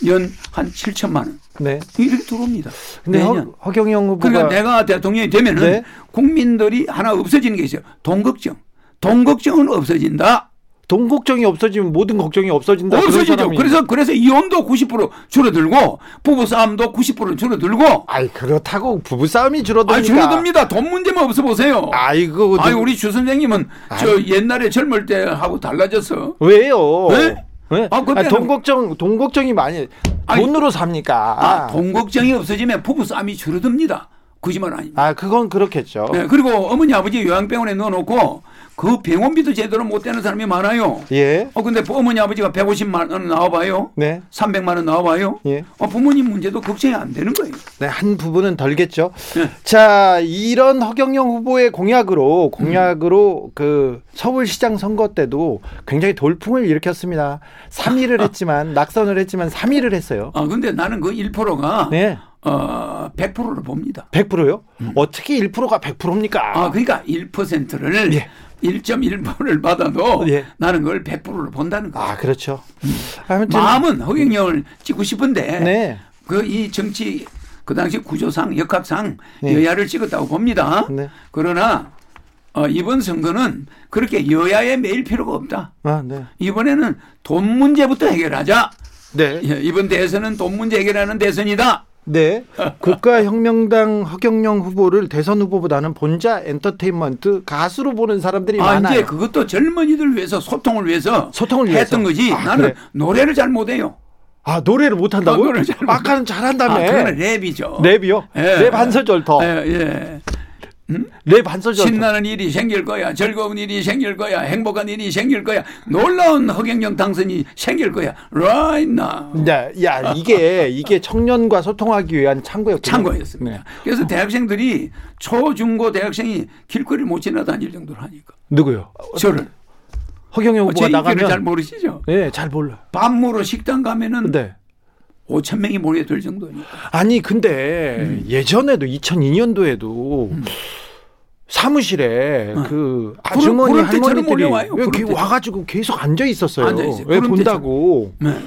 Speaker 2: 연 한 7천만 원.
Speaker 1: 네.
Speaker 2: 이렇게 들어옵니다.
Speaker 1: 근데 허,
Speaker 2: 매년.
Speaker 1: 허경영 후보가
Speaker 2: 네, 그러니까 내가 대통령이 되면은
Speaker 1: 네.
Speaker 2: 국민들이 하나 없어지는 게 있어요. 동걱정. 동걱정은 없어진다.
Speaker 1: 돈 걱정이 없어지면 모든 걱정이 없어진다. 그런
Speaker 2: 없어지죠.
Speaker 1: 사람이-
Speaker 2: 그래서 그래서 이혼도 90% 줄어들고 부부 싸움도 90% 줄어들고
Speaker 1: 아이 그렇다고 부부 싸움이
Speaker 2: 아
Speaker 1: 줄어드니까.
Speaker 2: 줄어듭니다. 돈 문제만 없어 보세요.
Speaker 1: 그러니까. 아이고. 그 아.
Speaker 2: 아니
Speaker 1: 누-
Speaker 2: 우리 주 선생님은 저 옛날에 젊을 때 하고 달라졌어.
Speaker 1: 왜요?
Speaker 2: 네?
Speaker 1: 왜?
Speaker 2: 아,
Speaker 1: 아,
Speaker 2: 그때는-
Speaker 1: 돈 걱정 돈 걱정이 많이
Speaker 2: 아니,
Speaker 1: 돈으로 삽니까?
Speaker 2: 아, 돈 걱정이 없어지면 부부 싸움이 줄어듭니다. 거짓말 아닙니다.
Speaker 1: 아, 그건 그렇겠죠.
Speaker 2: 네, 그리고 어머니 아버지 요양병원에 넣어놓고 그 병원비도 제대로 못 내는 사람이 많아요.
Speaker 1: 예.
Speaker 2: 어 근데 어머니 아버지가 150만 원 나와봐요.
Speaker 1: 네.
Speaker 2: 300만 원 나와봐요.
Speaker 1: 예.
Speaker 2: 어, 부모님 문제도 걱정이 안 되는 거예요.
Speaker 1: 네, 한 부분은 덜겠죠.
Speaker 2: 네.
Speaker 1: 자, 이런 허경영 후보의 공약으로 공약으로 그 서울시장 선거 때도 굉장히 돌풍을 일으켰습니다. 3위를 했지만 낙선을 했지만 3위를 했어요.
Speaker 2: 아 근데 나는 그 1%가
Speaker 1: 네.
Speaker 2: 어 100%를 봅니다.
Speaker 1: 100%요? 어떻게 1%가 100%입니까?
Speaker 2: 음. 아 그러니까 1%를
Speaker 1: 예.
Speaker 2: 1.1%를 받아도
Speaker 1: 예.
Speaker 2: 나는 그걸 100%를 본다는 거예요.
Speaker 1: 아, 그렇죠. 아무튼
Speaker 2: 마음은 허경영을 찍고 싶은데
Speaker 1: 네.
Speaker 2: 그 이 정치 그 당시 구조상 역학상
Speaker 1: 네.
Speaker 2: 여야를 찍었다고 봅니다.
Speaker 1: 네.
Speaker 2: 그러나 어, 이번 선거는 그렇게 여야에 매일 필요가 없다.
Speaker 1: 아, 네.
Speaker 2: 이번에는 돈 문제부터 해결하자.
Speaker 1: 네.
Speaker 2: 예, 이번 대선은 돈 문제 해결하는 대선이다.
Speaker 1: 네. 국가혁명당 허경영 후보를 대선 후보보다는 본자 엔터테인먼트 가수로 보는 사람들이
Speaker 2: 아,
Speaker 1: 많아요.
Speaker 2: 이제 그것도 젊은이들 위해서 소통을 위해서
Speaker 1: 소통을
Speaker 2: 했던
Speaker 1: 위해서.
Speaker 2: 거지.
Speaker 1: 아,
Speaker 2: 나는
Speaker 1: 그래.
Speaker 2: 노래를 잘 못해요.
Speaker 1: 아, 노래를 못 한다고?
Speaker 2: 아, 노래를 잘 못-
Speaker 1: 아까는 잘한다며.
Speaker 2: 아, 그거는 랩이죠.
Speaker 1: 랩이요? 랩 한 소절 더.
Speaker 2: 예, 예.
Speaker 1: 랩 한 소절 더.
Speaker 2: 신나는 일이 생길 거야. 즐거운 일이 생길 거야. 행복한 일이 생길 거야. 놀라운 허경영 당선이 생길 거야. Right now.
Speaker 1: 야, 야, 이게 이게 청년과 소통하기 위한 창구였군요.
Speaker 2: 참고였습니다.
Speaker 1: 네.
Speaker 2: 그래서 대학생들이 초, 중, 고 대학생이 길거리를 못 지나다닐 정도로 하니까.
Speaker 1: 누구요?
Speaker 2: 저를.
Speaker 1: 허경영
Speaker 2: 어,
Speaker 1: 후보가
Speaker 2: 제 인기를
Speaker 1: 나가면
Speaker 2: 잘 모르시죠?
Speaker 1: 네, 잘 몰라.
Speaker 2: 밥 먹으러 뭐 식당 가면은
Speaker 1: 네.
Speaker 2: 5천 명이 모여들 정도니까.
Speaker 1: 아니 근데
Speaker 2: 음.
Speaker 1: 예전에도 2002년도에도 사무실에 그 아주머니
Speaker 2: 어. 구름 때처럼
Speaker 1: 할머니들이
Speaker 2: 몰려와요,
Speaker 1: 왜
Speaker 2: 구름
Speaker 1: 이렇게
Speaker 2: 때처럼.
Speaker 1: 와가지고 계속 앉아 있었어요.
Speaker 2: 앉아 있어요.
Speaker 1: 왜
Speaker 2: 구름
Speaker 1: 본다고?
Speaker 2: 네.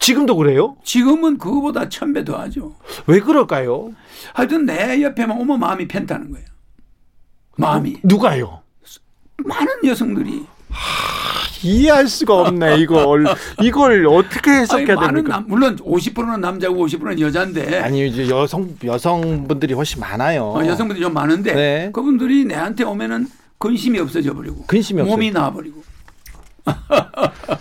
Speaker 1: 지금도 그래요?
Speaker 2: 지금은 그거보다 천 배 더 하죠.
Speaker 1: 왜 그럴까요?
Speaker 2: 하여튼 내 옆에만 오면 마음이 편다는 거예요. 마음이.
Speaker 1: 누가요?
Speaker 2: 많은 여성들이.
Speaker 1: 이해할 수가 없네 이걸 이걸 어떻게
Speaker 2: 아니,
Speaker 1: 해석해야
Speaker 2: 많은
Speaker 1: 됩니까?
Speaker 2: 남, 물론 50%는 남자고 50%는 여자인데
Speaker 1: 아니 이제 여성 여성분들이 훨씬 많아요.
Speaker 2: 어, 여성분들이 좀 많은데
Speaker 1: 네.
Speaker 2: 그분들이 내한테 오면은 근심이 없어져 버리고
Speaker 1: 근심이
Speaker 2: 몸이 나와버리고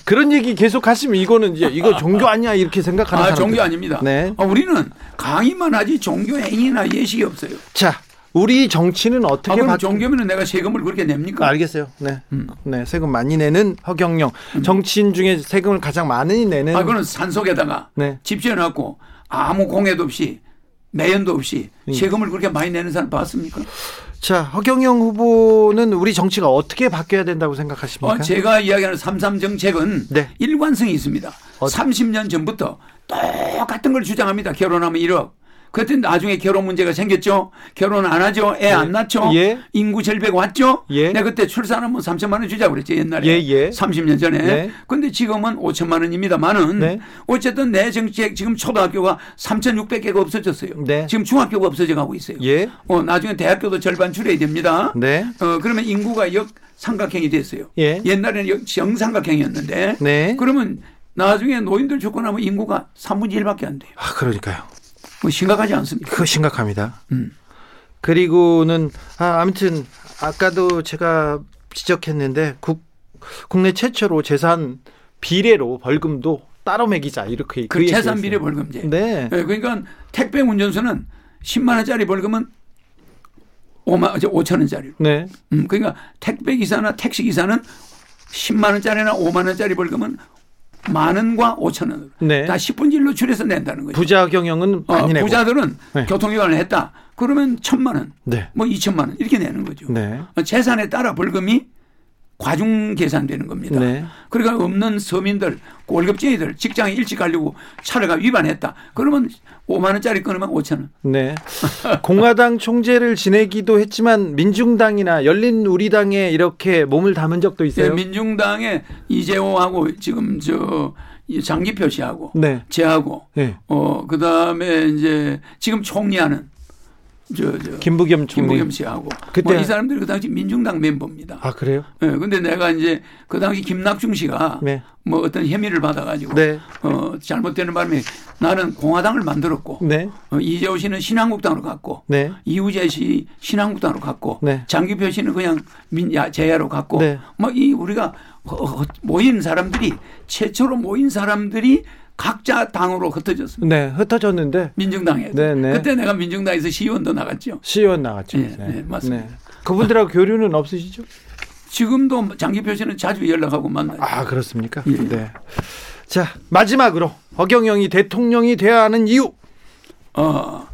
Speaker 1: 그런 얘기 계속 하시면 이거는 이제 이거 종교 아니야 이렇게 생각하는
Speaker 2: 아
Speaker 1: 사람들.
Speaker 2: 종교 아닙니다.
Speaker 1: 네.
Speaker 2: 아, 우리는 강의만 하지 종교 행위나 예식이 없어요.
Speaker 1: 자, 우리 정치는
Speaker 2: 아,
Speaker 1: 어떻게
Speaker 2: 그럼
Speaker 1: 바뀌-
Speaker 2: 종교면은 음. 내가 세금을 그렇게
Speaker 1: 아,
Speaker 2: 냅니까?
Speaker 1: 알겠어요. 네. 네. 세금 많이 내는 허경영. 정치인 중에 세금을 가장 많이 내는
Speaker 2: 음. 아 그거는 산속에다가
Speaker 1: 네.
Speaker 2: 집 지어놨고 아무 공해도 없이 매연도 없이 세금을 그렇게 많이 내는 사람 봤습니까?
Speaker 1: 자, 허경영 후보는 우리 정치가 어떻게 바뀌어야 된다고 생각하십니까?
Speaker 2: 어, 제가 이야기하는 33 정책은
Speaker 1: 그러니까? 네. 어,
Speaker 2: 일관성이 있습니다. 30년 전부터 똑같은 걸 주장합니다. 결혼하면 1억. 그때 나중에 결혼 문제가 생겼죠. 결혼 안 하죠. 애 안 낳죠.
Speaker 1: 예.
Speaker 2: 인구 절벽 왔죠.
Speaker 1: 예.
Speaker 2: 내가 그때 출산하면 3천만 원 주자 그랬죠. 옛날에.
Speaker 1: 예, 예.
Speaker 2: 30년 전에.
Speaker 1: 네.
Speaker 2: 근데 지금은 5천만 원입니다만은
Speaker 1: 네.
Speaker 2: 어쨌든 내 정책 지금 초등학교가 3,600개가 없어졌어요.
Speaker 1: 네.
Speaker 2: 지금 중학교가 없어져 가고 있어요.
Speaker 1: 예.
Speaker 2: 어, 나중에 대학교도 절반 줄여야 됩니다.
Speaker 1: 네.
Speaker 2: 어, 그러면 인구가 역 삼각형이 됐어요.
Speaker 1: 예.
Speaker 2: 옛날에는 역- 정삼각형이었는데
Speaker 1: 네.
Speaker 2: 그러면 나중에 노인들 죽고 나면 인구가 3분의 1밖에 안 돼요.
Speaker 1: 아, 그러니까요.
Speaker 2: 뭐 심각하지 않습니까?
Speaker 1: 그거 심각합니다.
Speaker 2: 음.
Speaker 1: 그리고는 아, 아무튼 아까도 제가 지적했는데 국, 국내 최초로 재산 비례로 벌금도 따로 매기자 이렇게
Speaker 2: 그
Speaker 1: 얘기했어요.
Speaker 2: 재산 비례 벌금제.
Speaker 1: 네.
Speaker 2: 예, 그러니까 택배 운전수는 10만 원짜리 벌금은 5만 저 5천 원짜리.
Speaker 1: 네.
Speaker 2: 음, 그러니까 택배 기사나 택시 기사는 10만 원짜리나 5만 원짜리 벌금은 만 원과 5천 원으로
Speaker 1: 네.
Speaker 2: 다 10분의 1로 줄여서 낸다는 거죠.
Speaker 1: 부자 경영은
Speaker 2: 어,
Speaker 1: 많이 내고.
Speaker 2: 부자들은
Speaker 1: 네.
Speaker 2: 교통위반을 했다. 그러면 천만 원,
Speaker 1: 네.
Speaker 2: 뭐 이천만 원 이렇게 내는 거죠.
Speaker 1: 네.
Speaker 2: 어, 재산에 따라 벌금이 과중 계산되는 겁니다.
Speaker 1: 네.
Speaker 2: 그러니까 없는 서민들, 월급쟁이들, 직장에 일찍 가려고 차를 가 위반했다. 그러면 5만 원짜리 끊으면 5천 원.
Speaker 1: 네. 공화당 총재를 지내기도 했지만 민중당이나 열린 우리당에 이렇게 몸을 담은 적도
Speaker 2: 예,
Speaker 1: 있어요.
Speaker 2: 민중당의 이재호하고 지금 저이 장기표 씨하고
Speaker 1: 네.
Speaker 2: 제하고
Speaker 1: 네.
Speaker 2: 어 그다음에 이제 지금 총리하는 저, 저
Speaker 1: 김부겸 총리.
Speaker 2: 김부겸 씨하고
Speaker 1: 그때-
Speaker 2: 뭐 이 사람들이 그 당시 민중당 멤버입니다.
Speaker 1: 아 그래요?
Speaker 2: 예, 근데 내가 이제 그 당시 김낙중 씨가
Speaker 1: 네.
Speaker 2: 뭐 어떤 혐의를 받아가지고
Speaker 1: 네.
Speaker 2: 어, 잘못되는 바람에 나는 공화당을 만들었고
Speaker 1: 네.
Speaker 2: 어, 이재호 씨는 신한국당으로 갔고
Speaker 1: 네.
Speaker 2: 이우재 씨 신한국당으로 갔고
Speaker 1: 네.
Speaker 2: 장기표 씨는 그냥 민야 제야로 갔고
Speaker 1: 네.
Speaker 2: 막 이 우리가 허- 허- 모인 사람들이 최초로 모인 사람들이 각자 당으로 흩어졌습니다.
Speaker 1: 네. 흩어졌는데
Speaker 2: 민중당에서
Speaker 1: 네, 네.
Speaker 2: 그때 내가 민중당에서 시의원도 나갔죠.
Speaker 1: 시의원 E 나갔죠.
Speaker 2: 예, 네, 맞습니다.
Speaker 1: 그분들하고 교류는 없으시죠?
Speaker 2: 지금도 장기표 씨는 자주 연락하고 만나요.
Speaker 1: 아 그렇습니까?
Speaker 2: 예.
Speaker 1: 네. 자 마지막으로 허경영이 대통령이 돼야 하는 이유.
Speaker 2: 어,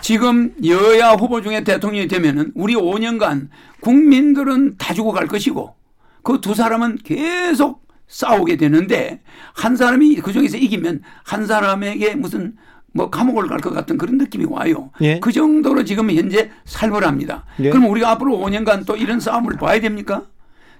Speaker 2: 지금 여야 후보 중에 대통령이 되면은 우리 5년간 국민들은 다 주고 갈 것이고 그 두 사람은 계속 싸우게 되는데 한 사람이 그 중에서 이기면 한 사람에게 무슨 뭐 감옥을 갈 것 같은 그런 느낌이 와요.
Speaker 1: 예.
Speaker 2: 그 정도로 지금 현재 살벌합니다.
Speaker 1: 예.
Speaker 2: 그럼 우리가 앞으로 5년간 또 이런 싸움을 봐야 됩니까?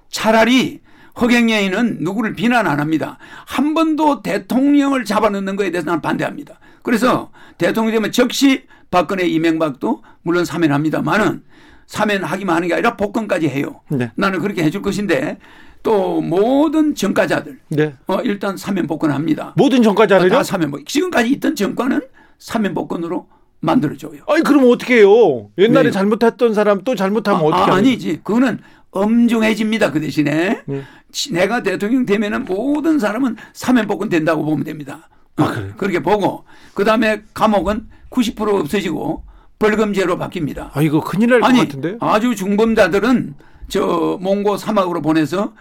Speaker 2: 차라리 허경영이는 누구를 비난 안 합니다. 한 번도 대통령을 잡아넣는 거에 대해서 나는 반대합니다. 그래서 대통령이 되면 즉시 박근혜 이명박도 물론 사면합니다만은 사면하기만 하는 게 아니라 복권까지 해요.
Speaker 1: 네.
Speaker 2: 나는 그렇게 해줄 것인데 또 모든 정가자들
Speaker 1: 네.
Speaker 2: 어, 일단 사면 복권합니다.
Speaker 1: 모든 전과자를요?
Speaker 2: 다 아, 사면 복 지금까지 있던 정권은 사면 복권으로 만들어줘요.
Speaker 1: 아니 그럼 어떻게 해요? 옛날에
Speaker 2: 네.
Speaker 1: 잘못했던 사람 또 잘못하면 어떻게
Speaker 2: 아,
Speaker 1: 하는
Speaker 2: 아니지. 그거는 엄중해집니다. 그 대신에
Speaker 1: 네.
Speaker 2: 지- 내가 대통령 되면은 모든 사람은 사면복권 된다고 보면 됩니다.
Speaker 1: 아,
Speaker 2: 어, 그렇게 보고 그 다음에 감옥은 90% 없어지고 벌금제로 바뀝니다.
Speaker 1: 아 이거 큰일 날 것
Speaker 2: 아니
Speaker 1: 같은데.
Speaker 2: 아주 중범자들은 저 몽고 사막으로 보내서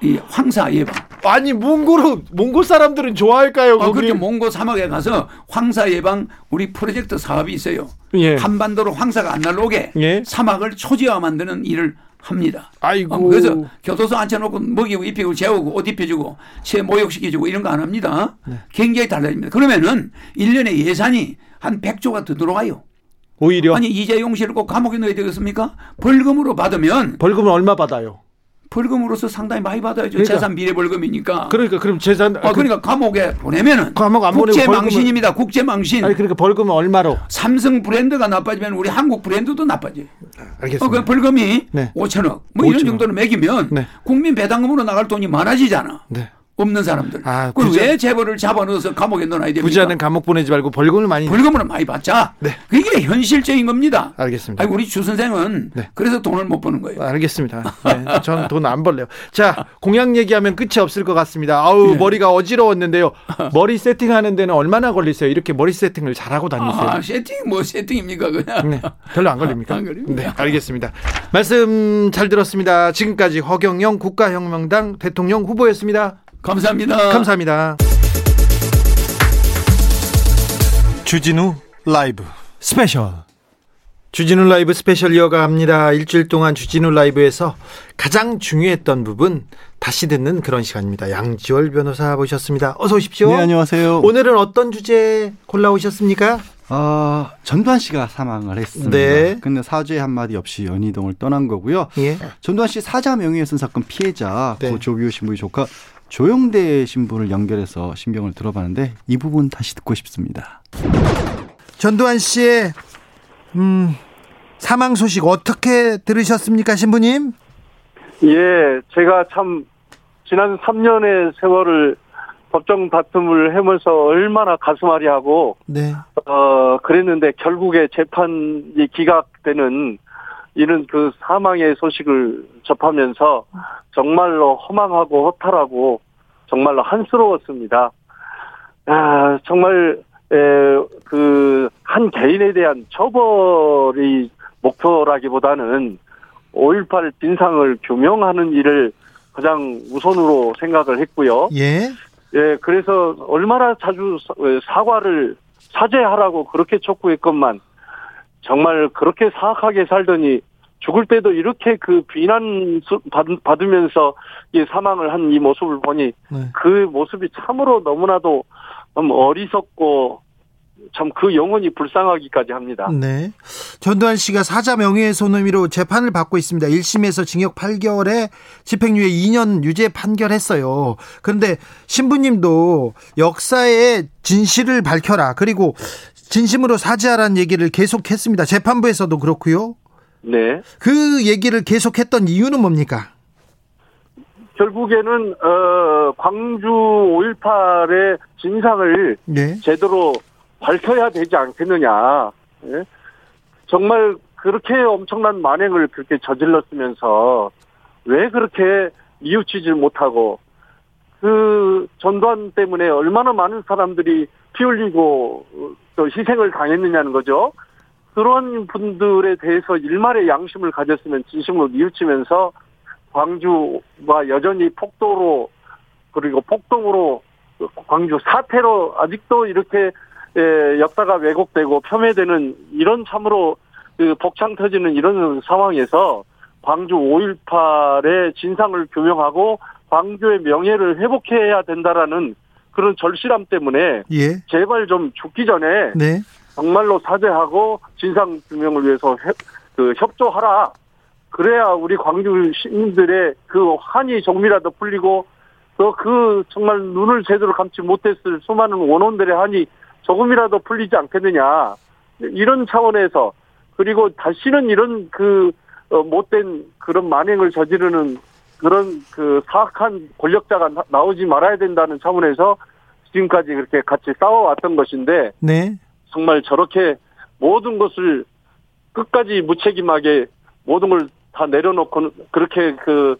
Speaker 2: 이 황사 예방.
Speaker 1: 아니 몽골 몽골 사람들은 좋아할까요?
Speaker 2: 어,
Speaker 1: 거기?
Speaker 2: 그렇게 몽고 사막에 가서 황사 예방 우리 프로젝트 사업이 있어요.
Speaker 1: 예.
Speaker 2: 한반도로 황사가 안 날아오게
Speaker 1: 예.
Speaker 2: 사막을 초지화 만드는 일을 합니다.
Speaker 1: 아이고. 음.
Speaker 2: 어, 그래서 교도소 앉혀놓고 먹이고 입히고 재우고 옷 입혀주고 새 모욕시켜주고 이런 거 안 합니다.
Speaker 1: 네.
Speaker 2: 굉장히 달라집니다. 그러면은 일년에 예산이 한 100조가 더 들어가요.
Speaker 1: 오히려
Speaker 2: 아니 이재용 씨를 꼭 감옥에 넣어야 되겠습니까? 벌금으로 받으면
Speaker 1: 벌금은 얼마 받아요?
Speaker 2: 벌금으로서 상당히 많이 받아야죠.
Speaker 1: 그러니까.
Speaker 2: 재산 비례 벌금이니까.
Speaker 1: 그러니까 그럼 재산
Speaker 2: 아, 그러니까 감옥에 보내면은
Speaker 1: 감옥 안 보내고
Speaker 2: 국제
Speaker 1: 벌금을-
Speaker 2: 망신입니다. 국제 망신.
Speaker 1: 그, 아니 그러니까 벌금은 얼마로?
Speaker 2: 삼성 브랜드가 나빠지면 우리 한국 브랜드도 나빠져요. 어,
Speaker 1: 알겠습니다.
Speaker 2: 그 벌금이
Speaker 1: 네.
Speaker 2: 5천억 뭐 이런
Speaker 1: 5천억.
Speaker 2: 정도는 매기면
Speaker 1: 네.
Speaker 2: 국민 배당금으로 나갈 돈이 많아지잖아.
Speaker 1: 네.
Speaker 2: 없는 사람들.
Speaker 1: 아,
Speaker 2: 그걸
Speaker 1: 부자-
Speaker 2: 왜 재벌을 잡아넣어서 감옥에 넣어놔야 됩니까?
Speaker 1: 부자는 감옥 보내지 말고 벌금을 많이
Speaker 2: 벌금으로 많이 받자. 그게 현실적인 겁니다.
Speaker 1: 알겠습니다.
Speaker 2: 아니, 우리 주 선생은
Speaker 1: 네.
Speaker 2: 그래서 돈을 못 버는 거예요.
Speaker 1: 알겠습니다. 네, 저는 돈 안 벌래요. 자, 공약 얘기하면 끝이 없을 것 같습니다. 아우, 머리가 어지러웠는데요. 머리 세팅하는 데는 얼마나 걸리세요? 이렇게 머리 세팅을 잘하고 다니세요?
Speaker 2: 아, 세팅 뭐 세팅입니까 그냥.
Speaker 1: 네, 별로 안 걸립니까?
Speaker 2: 안 걸려요.
Speaker 1: 네, 알겠습니다. 말씀 잘 들었습니다. 지금까지 허경영 국가혁명당 대통령 후보였습니다.
Speaker 2: 감사합니다.
Speaker 1: 감사합니다.
Speaker 3: 주진우 라이브
Speaker 1: 스페셜. 주진우 라이브 스페셜 이어갑니다. 일주일 동안 주진우 라이브에서 가장 중요했던 부분 다시 듣는 그런 시간입니다. 양지월 변호사 모셨습니다. 어서 오십시오.
Speaker 3: 네 안녕하세요
Speaker 1: 오늘은 어떤 주제 골라오셨습니까?
Speaker 3: 어, 전두환 씨가 사망을 했습니다
Speaker 1: 네.
Speaker 3: 근데 사죄 한마디 없이 연희동을 떠난 거고요
Speaker 1: 예.
Speaker 3: 전두환 씨 사자 명예훼손 사건 피해자
Speaker 1: 네.
Speaker 3: 고 조규호 신부의 조카 조영대 신부를 연결해서 신경을 들어봤는데 이 부분 다시 듣고 싶습니다
Speaker 1: 전두환 씨의 음, 사망 소식 어떻게 들으셨습니까, 신부님?
Speaker 4: 예, 제가 참 지난 3년의 세월을 법정 다툼을 해면서 얼마나 가슴앓이 하고
Speaker 1: 네.
Speaker 4: 어 그랬는데 결국에 재판이 기각되는 이런 그 사망의 소식을 접하면서 정말로 허망하고 허탈하고 정말로 한스러웠습니다. 아, 정말 그 한 개인에 대한 처벌이 목표라기보다는 5.18 진상을 규명하는 일을 가장 우선으로 생각을 했고요.
Speaker 1: 예.
Speaker 4: 예, 그래서 얼마나 자주 사- 에, 사과를 사죄하라고 그렇게 촉구했건만 정말 그렇게 사악하게 살더니 죽을 때도 이렇게 그 비난 수- 받- 받으면서 이 사망을 한 이 모습을 보니
Speaker 1: 네.
Speaker 4: 그 모습이 참으로 너무나도 좀 어리석고 참 그 영혼이 불쌍하기까지 합니다.
Speaker 1: 네. 전두환 씨가 사자 명예훼손 혐의로 재판을 받고 있습니다. 1심에서 징역 8개월에 집행유예 2년 유죄 판결했어요. 그런데 신부님도 역사의 진실을 밝혀라. 그리고 진심으로 사죄하라는 얘기를 계속했습니다. 재판부에서도 그렇고요.
Speaker 4: 네.
Speaker 1: 그 얘기를 계속했던 이유는 뭡니까?
Speaker 4: 결국에는 어, 광주 5.18의 진상을
Speaker 1: 네.
Speaker 4: 제대로 밝혀야 되지 않겠느냐. 예? 정말 그렇게 엄청난 만행을 그렇게 저질렀으면서 왜 그렇게 이우치지 못하고 그 전두환 때문에 얼마나 많은 사람들이 피 흘리고 어, 또 희생을 당했느냐는 거죠. 그런 분들에 대해서 일말의 양심을 가졌으면 진심으로 뉘우치면서 광주가 여전히 폭도로 그리고 폭동으로 그 광주 사태로 아직도 이렇게 예, 역사가 왜곡되고 폄훼되는 이런 참으로 그 복창 터지는 이런 상황에서 광주 5.18의 진상을 규명하고 광주의 명예를 회복해야 된다라는 그런 절실함 때문에
Speaker 1: 예.
Speaker 4: 제발 좀 죽기 전에
Speaker 1: 네.
Speaker 4: 정말로 사죄하고 진상 규명을 위해서 협, 그 협조하라. 그래야 우리 광주 시민들의 그 한이 조금이라도 풀리고 또 그 정말 눈을 제대로 감지 못했을 수많은 원원들의 한이 조금이라도 풀리지 않겠느냐 이런 차원에서 그리고 다시는 이런 그 어, 못된 그런 만행을 저지르는 그런 그 사악한 권력자가 나- 나오지 말아야 된다는 차원에서 지금까지 그렇게 같이 싸워왔던 것인데
Speaker 1: 네.
Speaker 4: 정말 저렇게 모든 것을 끝까지 무책임하게 모든 걸 다 내려놓고 그렇게 그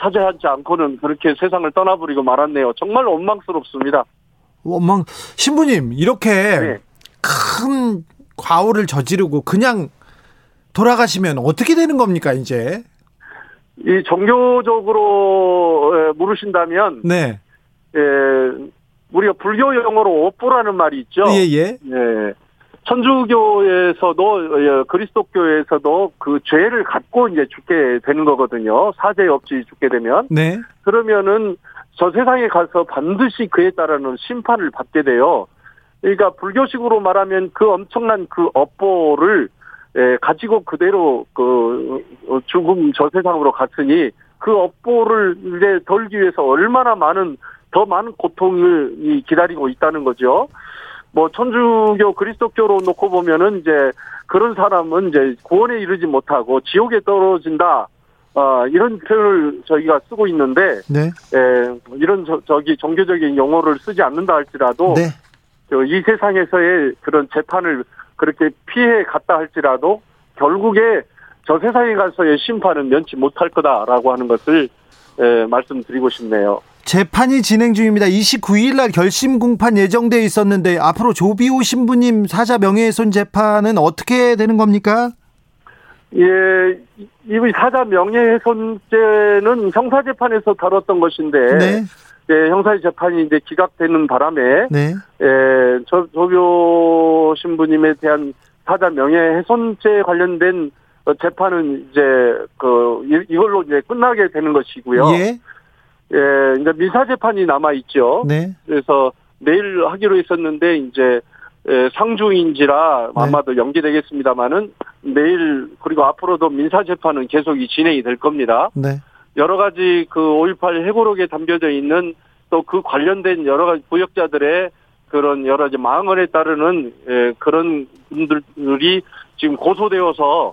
Speaker 4: 사죄하지 않고는 그렇게 세상을 떠나버리고 말았네요. 정말 원망스럽습니다.
Speaker 1: 원망 뭐, 신부님 이렇게
Speaker 4: 네.
Speaker 1: 큰 과오를 저지르고 그냥 돌아가시면 어떻게 되는 겁니까 이제?
Speaker 4: 이 종교적으로 에, 물으신다면
Speaker 1: 네.
Speaker 4: 에, 우리가 불교 용어로 오뽀라는 말이 있죠.
Speaker 1: 예 예.
Speaker 4: 예. 천주교에서도 예, 그리스도교에서도 그 죄를 갖고 이제 죽게 되는 거거든요. 사죄 없이 죽게 되면.
Speaker 1: 네.
Speaker 4: 그러면은 저 세상에 가서 반드시 그에 따르는 심판을 받게 돼요. 그러니까 불교식으로 말하면 그 엄청난 그 업보를 에, 가지고 그대로 그 어, 죽음 저 세상으로 갔으니 그 업보를 이제 덜기 위해서 얼마나 많은 더 많은 고통을 이 기다리고 있다는 거죠. 뭐 천주교 그리스도교로 놓고 보면은 이제 그런 사람은 이제 구원에 이르지 못하고 지옥에 떨어진다. 아, 이런 표현을 저희가 쓰고 있는데
Speaker 1: 네.
Speaker 4: 예, 이런 저, 저기 종교적인 용어를 쓰지 않는다 할지라도
Speaker 1: 네.
Speaker 4: 저이 세상에서의 그런 재판을 그렇게 피해 갔다 할지라도 결국에 저 세상에 가서의 심판은 면치 못할 거다라고 하는 것을 예, 말씀드리고 싶네요.
Speaker 1: 재판이 진행 중입니다. 29일 날 결심 공판 예정돼 있었는데 앞으로 조비오 신부님 사자 명예훼손 재판은 어떻게 되는 겁니까?
Speaker 4: 예, 이 사자 명예훼손죄는 형사 재판에서 다뤘던 것인데 예, 형사 재판이 이제 기각되는 바람에
Speaker 1: 네.
Speaker 4: 예, 조, 조교 신부님에 대한 사자 명예훼손죄 관련된 어, 재판은 이제 그 이- 이걸로 이제 끝나게 되는 것이고요.
Speaker 1: 예.
Speaker 4: 예, 이제 민사 재판이 남아 있죠.
Speaker 1: 네.
Speaker 4: 그래서 내일 하기로 했었는데 이제 예, 상중인지라 아마도 연기되겠습니다만은 내일 그리고 앞으로도 민사 재판은 계속 이 진행이 될 겁니다.
Speaker 1: 네.
Speaker 4: 여러 가지 그 5.18 회고록에 담겨져 있는 또 그 관련된 여러 가지 부역자들의 그런 여러 가지 망언에 따르는 예, 그런 분들이 지금 고소되어서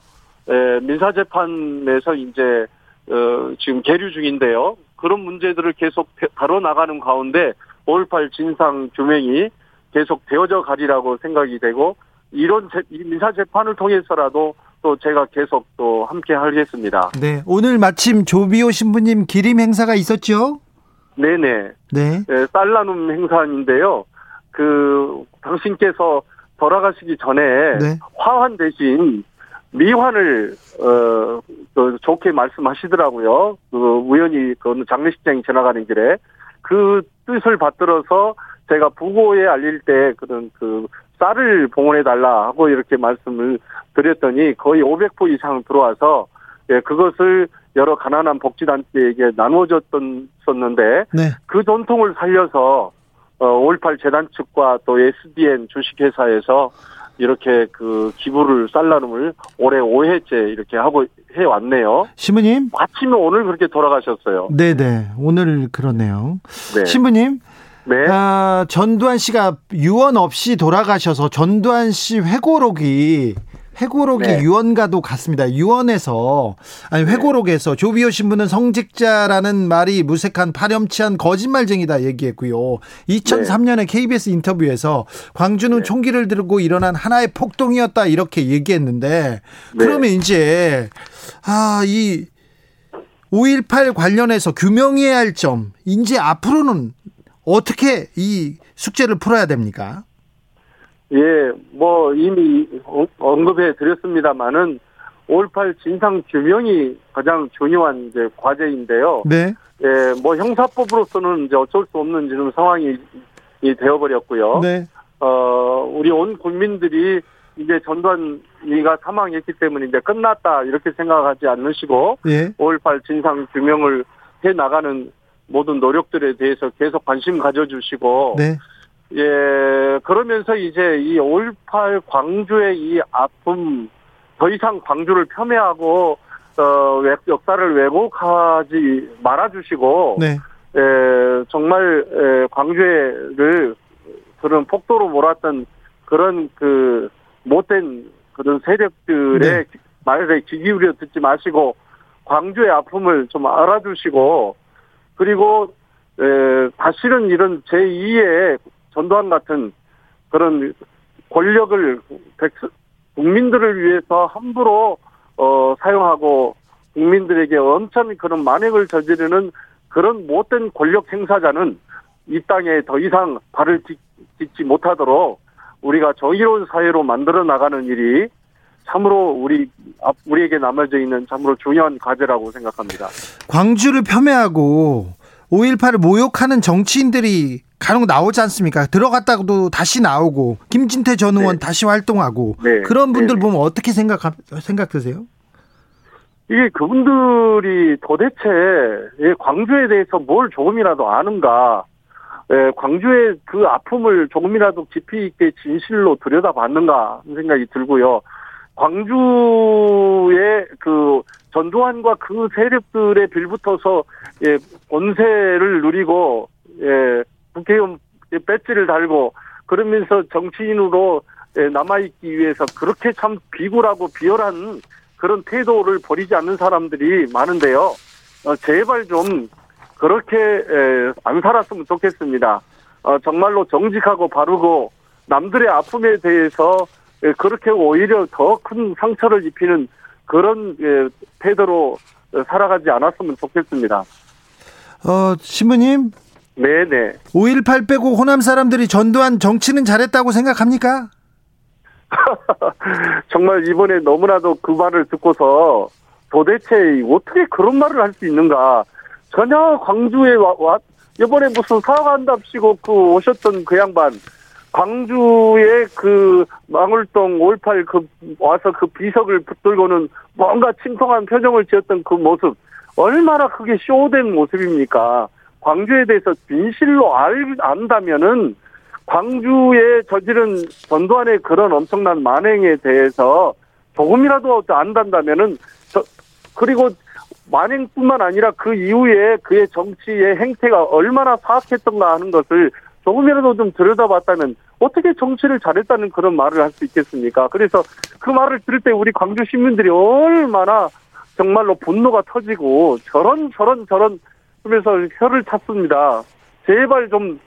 Speaker 4: 예, 민사재판에서 이제 어, 지금 계류 중인데요. 그런 문제들을 계속 다뤄 나가는 가운데 5.18 진상 규명이 계속 되어져 가리라고 생각이 되고 이런 재- 이 민사재판을 통해서라도 또 제가 계속 또 함께 하겠습니다.
Speaker 1: 네. 오늘 마침 조비오 신부님 기림 행사가 있었죠?
Speaker 4: 네네.
Speaker 1: 네.
Speaker 4: 예, 살라눔 행사인데요. 그 당신께서 돌아가시기 전에
Speaker 1: 네.
Speaker 4: 화환 대신 미환을 어, 그 좋게 말씀하시더라고요. 그 우연히 그 장례식장 지나가는 길에 그 뜻을 받들어서 제가 부고에 알릴 때 그런 그 쌀을 봉헌해 달라 하고 이렇게 말씀을 드렸더니 거의 500부 이상 들어와서 예, 그것을 여러 가난한 복지단체에게 나눠줬던 썼는데
Speaker 1: 네.
Speaker 4: 그 전통을 살려서 어5.18 재단 측과 또 SDN 주식회사에서 이렇게 그 기부를 쌀나눔을 올해 5회째 이렇게 하고 해 왔네요.
Speaker 1: 신부님.
Speaker 4: 마침 오늘 그렇게 돌아가셨어요.
Speaker 1: 네네. 오늘 그러네요.
Speaker 4: 네.
Speaker 1: 신부님,
Speaker 4: 네.
Speaker 1: 아, 전두환 씨가 유언 없이 돌아가셔서 전두환 씨 회고록이 회고록이
Speaker 4: 네.
Speaker 1: 유언과도 같습니다. 유언에서 아니
Speaker 4: 네.
Speaker 1: 회고록에서 조비오 신부는 성직자라는 말이 무색한 파렴치한 거짓말쟁이다 얘기했고요.
Speaker 4: 네.
Speaker 1: 2003년에 KBS 인터뷰에서 광주는 총기를 들고 일어난 하나의 폭동이었다 이렇게 얘기했는데
Speaker 4: 네.
Speaker 1: 그러면 이제 아이 5.18 관련해서 규명해야 할 점, 이제 앞으로는 어떻게 이 숙제를 풀어야 됩니까?
Speaker 4: 예, 뭐 이미 어- 언급해 드렸습니다만은 5.18 진상 규명이 가장 중요한 이제 과제인데요.
Speaker 1: 네.
Speaker 4: 예, 뭐 형사법으로서는 이제 어쩔 수 없는 지금 상황이 이 되어버렸고요.
Speaker 1: 네.
Speaker 4: 어, 우리 온 국민들이 이제 전두환이가 사망했기 때문에 이제 끝났다 이렇게 생각하지 않으시고
Speaker 1: 예.
Speaker 4: 5.18 진상 규명을 해 나가는 모든 노력들에 대해서 계속 관심 가져주시고
Speaker 1: 네.
Speaker 4: 예, 그러면서 이제 이 5.18 광주의 이 아픔, 더 이상 광주를 폄훼하고, 어, 외- 역사를 왜곡하지 말아주시고,
Speaker 1: 네.
Speaker 4: 예, 정말, 예, 광주를 그런 폭도로 몰았던 그런 그 못된 그런 세력들의
Speaker 1: 네.
Speaker 4: 말에 귀 기울여 듣지 마시고, 광주의 아픔을 좀 알아주시고, 그리고, 예, 다시는 이런 제2의 전두환 같은 그런 권력을 백성, 국민들을 위해서 함부로 어, 사용하고 국민들에게 엄청 그런 만행을 저지르는 그런 못된 권력 행사자는 이 땅에 더 이상 발을 딛, 지 못하도록 우리가 정의로운 사회로 만들어 나가는 일이 참으로 우리 앞- 우리에게 남아져 있는 참으로 중요한 과제라고 생각합니다.
Speaker 1: 광주를 폄훼하고 5.18을 모욕하는 정치인들이 간혹 나오지 않습니까? 들어갔다가도 다시 나오고, 김진태 전 의원 다시 활동하고,
Speaker 4: 네.
Speaker 1: 그런 분들
Speaker 4: 네.
Speaker 1: 보면 어떻게 생각, 생각드세요?
Speaker 4: 이게 그분들이 도대체 예, 광주에 대해서 뭘 조금이라도 아는가, 예, 광주의 그 아픔을 조금이라도 깊이 있게 진실로 들여다봤는가 하는 생각이 들고요. 광주의 그 전두환과 그 세력들에 빌붙어서 예, 권세를 누리고 예, 국회의원 배지를 달고 그러면서 정치인으로 예, 남아있기 위해서 그렇게 참 비굴하고 비열한 그런 태도를 버리지 않는 사람들이 많은데요. 어, 제발 좀 그렇게 에, 안 살았으면 좋겠습니다. 어, 정말로 정직하고 바르고 남들의 아픔에 대해서 에, 그렇게 오히려 더 큰 상처를 입히는 그런 에, 태도로 에, 살아가지 않았으면 좋겠습니다.
Speaker 1: 어, 신부님,
Speaker 4: 네네.
Speaker 1: 5.18 빼고 호남 사람들이 전두환 정치는 잘했다고 생각합니까?
Speaker 4: 정말 이번에 너무나도 그 말을 듣고서 도대체 어떻게 그런 말을 할 수 있는가. 전혀 광주에 와, 와- 이번에 무슨 사과한답시고 그 오셨던 그 양반. 광주의 그 망울동 5.18 그 와서 그 비석을 붙들고는 뭔가 침통한 표정을 지었던 그 모습. 얼마나 그게 쇼된 모습입니까? 광주에 대해서 진실로 알, 안다면은 광주에 저지른 전두환의 그런 엄청난 만행에 대해서 조금이라도 안단다면은 저 그리고 만행뿐만 아니라 그 이후에 그의 정치의 행태가 얼마나 사악했던가 하는 것을 조금이라도 좀 들여다봤다면 어떻게 정치를 잘했다는 그런 말을 할 수 있겠습니까? 그래서 그 말을 들을 때 우리 광주 시민들이 얼마나 정말로 분노가 터지고 저런 저런 저런 하면서 혀를 찼습니다. 제발 좀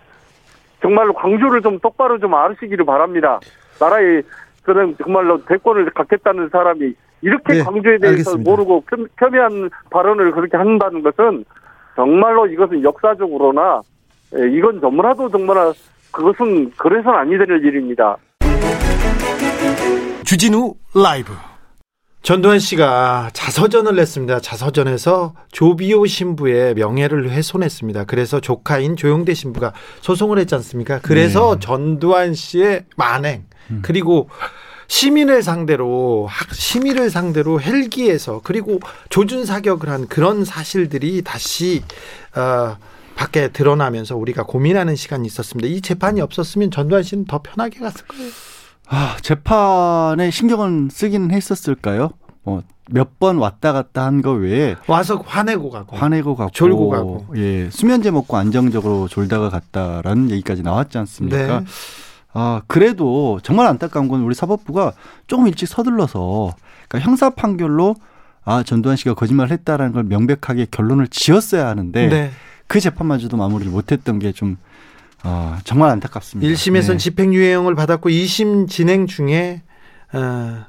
Speaker 4: 정말로 광주를 좀 똑바로 좀 아시기를 바랍니다. 나라의 그런 정말로 대권을 갖겠다는 사람이 이렇게
Speaker 1: 네,
Speaker 4: 광주에 대해서
Speaker 1: 알겠습니다.
Speaker 4: 모르고 폄- 폄훼한 발언을 그렇게 한다는 것은 정말로 이것은 역사적으로나 예, 이건 너무나도 정말 그것은 그래서는 아니 될 일입니다.
Speaker 1: 주진우 라이브 전두환 씨가 자서전을 냈습니다. 자서전에서 조비오 신부의 명예를 훼손했습니다. 그래서 조카인 조용대 신부가 소송을 했지 않습니까? 그래서 전두환 씨의 만행 그리고 시민을 상대로 학- 시민을 상대로 헬기에서 그리고 조준 사격을 한 그런 사실들이 다시 어, 밖에 드러나면서 우리가 고민하는 시간이 있었습니다. 이 재판이 없었으면 전두환 씨는 더 편하게 갔을 거예요.
Speaker 3: 아, 재판에 신경은 쓰기는 했었을까요? 뭐 몇 번 왔다 갔다 한 거 외에
Speaker 1: 와서 화내고 가고.
Speaker 3: 화내고 가고
Speaker 1: 졸고 가고.
Speaker 3: 예 수면제 먹고 안정적으로 졸다가 갔다라는 얘기까지 나왔지 않습니까?
Speaker 1: 네.
Speaker 3: 아 그래도 정말 안타까운 건 우리 사법부가 조금 일찍 서둘러서 그러니까 형사 판결로 아 전두환 씨가 거짓말을 했다라는 걸 명백하게 결론을 지었어야 하는데
Speaker 1: 네.
Speaker 3: 그 재판마저도 마무리를 못했던 게 좀 아, 정말 안타깝습니다.
Speaker 1: 1심에선
Speaker 3: 네.
Speaker 1: 집행유예형을 받았고 2심 진행 중에 어,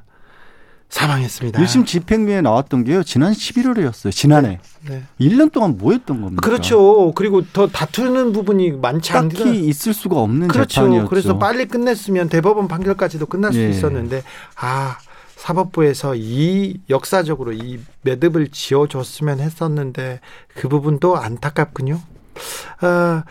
Speaker 1: 사망했습니다.
Speaker 3: 1심 집행유예 나왔던 게요 지난 11월이었어요. 지난해
Speaker 1: 네.
Speaker 3: 1년 동안 뭐 했던 겁니까?
Speaker 1: 그렇죠. 그리고 더 다투는 부분이 많지
Speaker 3: 딱히
Speaker 1: 않기
Speaker 3: 있을 수가 없는
Speaker 1: 그렇죠.
Speaker 3: 재판이었죠.
Speaker 1: 그래서 빨리 끝냈으면 대법원 판결까지도 끝날 수
Speaker 3: 예.
Speaker 1: 있었는데 아 사법부에서 이 역사적으로 이 매듭을 지어줬으면 했었는데 그 부분도 안타깝군요. 아,